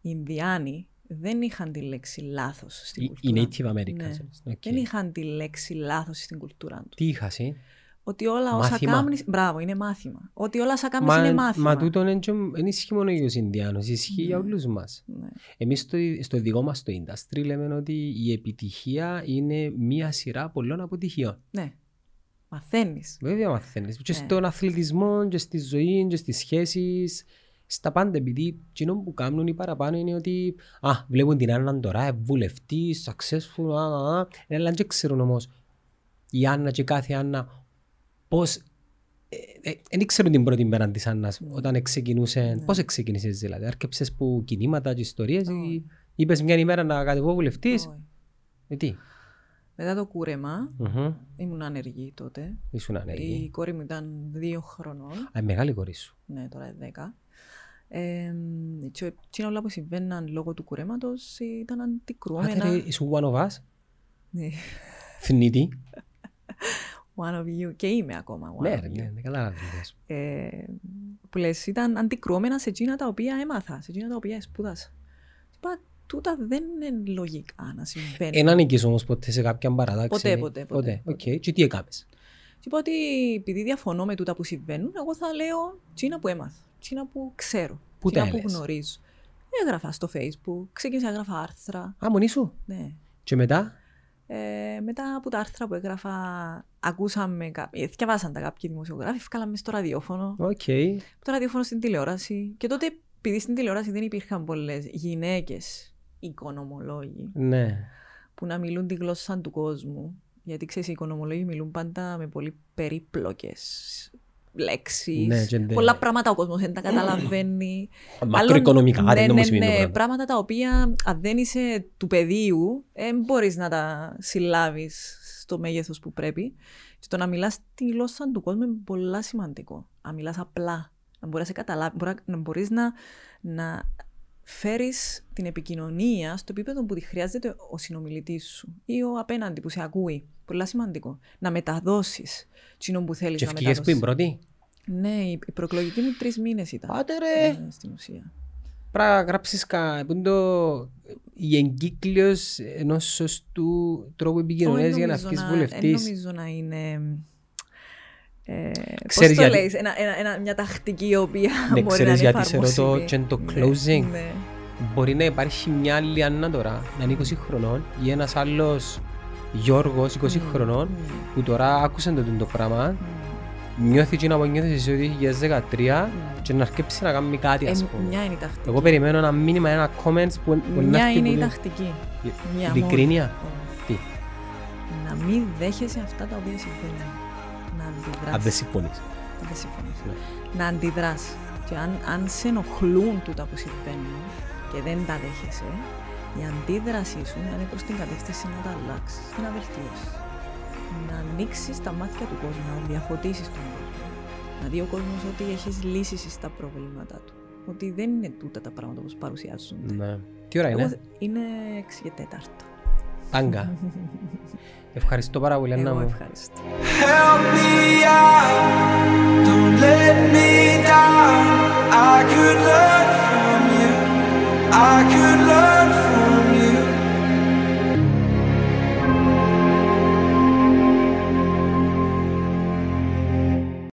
οι Ινδιάνοι δεν είχαν τη λέξη λάθος στην Οι κουλτούρα. οι Native Americans. Ναι. Οκ. Δεν είχαν τη λέξη λάθος στην κουλτούρα τους. Τι είχα εσύ. Ότι όλα όσα Μάθημα. κάνεις. Μπράβο, είναι μάθημα. Ότι όλα όσα κάνεις Μα, είναι μάθημα. μα τούτον εν τζο- εν ισχύει μόνο για τους Ινδιάνους, ισχύει για Ναι. όλους μας. Ναι. Εμείς στο, στο δικό μας το industry λέμε ότι η επιτυχία είναι μία σειρά πολλών αποτυχιών. ναι. Μαθαίνεις. Βέβαια μαθαίνεις. Και Ναι. στον αθλητισμό, και στη ζωή, και στις σχέσεις, στα πάντα. Επειδή εκείνο που κάνουν οι παραπάνω είναι ότι α, βλέπουν την Άννα τώρα, ε, βουλευτή, successful, α, α, α. Ε, Αλλά δεν ξέρουν όμως η Άννα και κάθε Άννα πώς... ε, ε, Δεν ξέρουν την πρώτη μέρα της Άννας όταν ξεκινούσε. Ναι. Πώς ξεκίνησες δηλαδή, άρκεψες που κινήματα και ιστορίες ή Όχι. είπες μια ημέρα να κατεβώ βουλευτής. Ε, Τι, Μετά το κούρεμα, Μμμ. ήμουν ανεργή τότε. ήσουν Η ανεργή. κόρη μου ήταν δύο χρονών. Α, μεγάλη κορή σου. Ναι, τώρα είναι δέκα. Ε, και και όλα που συμβαίναν λόγω του κουρέματος ήταν αντικρουόμενα. Άντε ρε, Ήσουν one of us. Ναι. Θνητή. One of you. Και είμαι ακόμα. One Ναι, of ρε, you. ναι, ναι, καλά να δουλειάς. ε, που λες, ήταν αντικρουόμενα σε εκείνα τα οποία έμαθα, σε εκείνα τα οποία σπούδασα. Είπα, τούτα δεν είναι λογικά να συμβαίνουν. Εν ανήκεις όμως ποτέ σε κάποια παράταξη. Ε, Ποτέ, ποτέ, ποτέ, Οκ, και τι έκαμες. Και είπα ότι επειδή διαφωνώ με τούτα που συμβαίνουν, εγώ θα λέω τσίνα που έμαθα, τσίνα που ξέρω, Πού τσίνα τα που έλες? γνωρίζω. Έγραφα στο facebook, ξεκίνησα να έγραφα άρθρα, Α, μόνη σου. ναι. Και μετά, Ε, μετά από τα άρθρα που έγραφα, ακούσαμε, κα- ε, διαβάσαν τα κάποιοι δημοσιογράφοι, βγάλαμε στο ραδιόφωνο. οκ. το ραδιόφωνο στην τηλεόραση. Και τότε, επειδή στην τηλεόραση δεν υπήρχαν πολλές γυναίκες οικονομολόγοι Ναι. που να μιλούν τη γλώσσα του κόσμου. Γιατί ξέρεις, οι οικονομολόγοι μιλούν πάντα με πολύ περίπλοκες λέξεις. Ναι, και ντε- πολλά πράγματα ο κόσμος δεν τα καταλαβαίνει. Μακροοικονομικά, Άλλον- δεν ναι, είναι ναι, όμως σημαίνει ναι, το πράγμα. πράγματα τα οποία αν δεν είσαι του πεδίου, δεν μπορείς να τα συλλάβεις στο μέγεθος που πρέπει. Και το να μιλάς τη γλώσσα του κόσμου είναι πολύ σημαντικό. Να μιλάς απλά. Να μπορείς να σε καταλάβεις, μπορά- να μπορείς να, να φέρεις την επικοινωνία στο επίπεδο που τη χρειάζεται ο συνομιλητής σου ή ο απέναντι που σε ακούει. Πολύ σημαντικό. Να μεταδώσεις εκείνο που θέλεις Και να ευκήγες πριν μεταδώσεις. πρώτη. Ναι, η η προεκλογική μου τρεις μήνες ήταν. Πάτε ρε. ε, Στην ουσία. Πρέπει να γράψεις κα... που είναι το... η εγκύκλειος ενός σωστού τρόπου επικοινωνίας Ω, για να νομίζω ε, βγεις εν βουλευτής. νομίζω να είναι... Ε, Ξέρεις πώς το γιατί- λέεις, ένα, ένα, ένα, μια τακτική η οποία Ναι, μπορεί ξέρεις να είναι γιατί σε ρωτώ εφαρμόσιμη. και το Ναι, closing. ναι. Μπορεί να υπάρχει μια άλλη Άννα τώρα, να είναι 20 χρονών ή ένας άλλος Γιώργος 20 Μμμ, χρονών μμμ, μμμ. που τώρα άκουσαν το τούτο πράγμα νιώθει εκείνα που νιώθεις εσύ ότι 2013 Μμμ. και να αρκέψει να κάνει κάτι ας Ναι. Ε, πούμε. Μια είναι η τακτική. Εγώ περιμένω ένα μήνυμα, ένα comments που μπορεί να Μια έρθει είναι που η λέει, τακτική. «Ε, Μια Ειλικρίνεια. μόνο. Τι, Να μην δέχεσαι αυτά τα οποία συμβαίνουν. Να αν δεν αντιδράσεις. συμφωνείς. Δεν συμφωνείς. Ναι. Να αντιδράς. Και αν, αν σε ενοχλούν τούτα που συμβαίνουν και δεν τα δέχεσαι, η αντίδρασή σου να είναι προς την κατεύθυνση να τα αλλάξεις και να βελτιώσεις. Να ανοίξεις τα μάτια του κόσμου, να διαφωτίσεις τον κόσμο. Να δει ο κόσμος ότι έχεις λύσεις στα προβλήματά του. Ότι δεν είναι τούτα τα πράγματα όπως παρουσιάζονται. Ναι. Τι ώρα Εγώ είναι, θε- είναι 6 και 4. τάγκα. Ευχαριστώ πάρα πολύ, Άννα Εγώ μου. ευχαριστώ. Help me out, don't let me down. I could learn from you. I could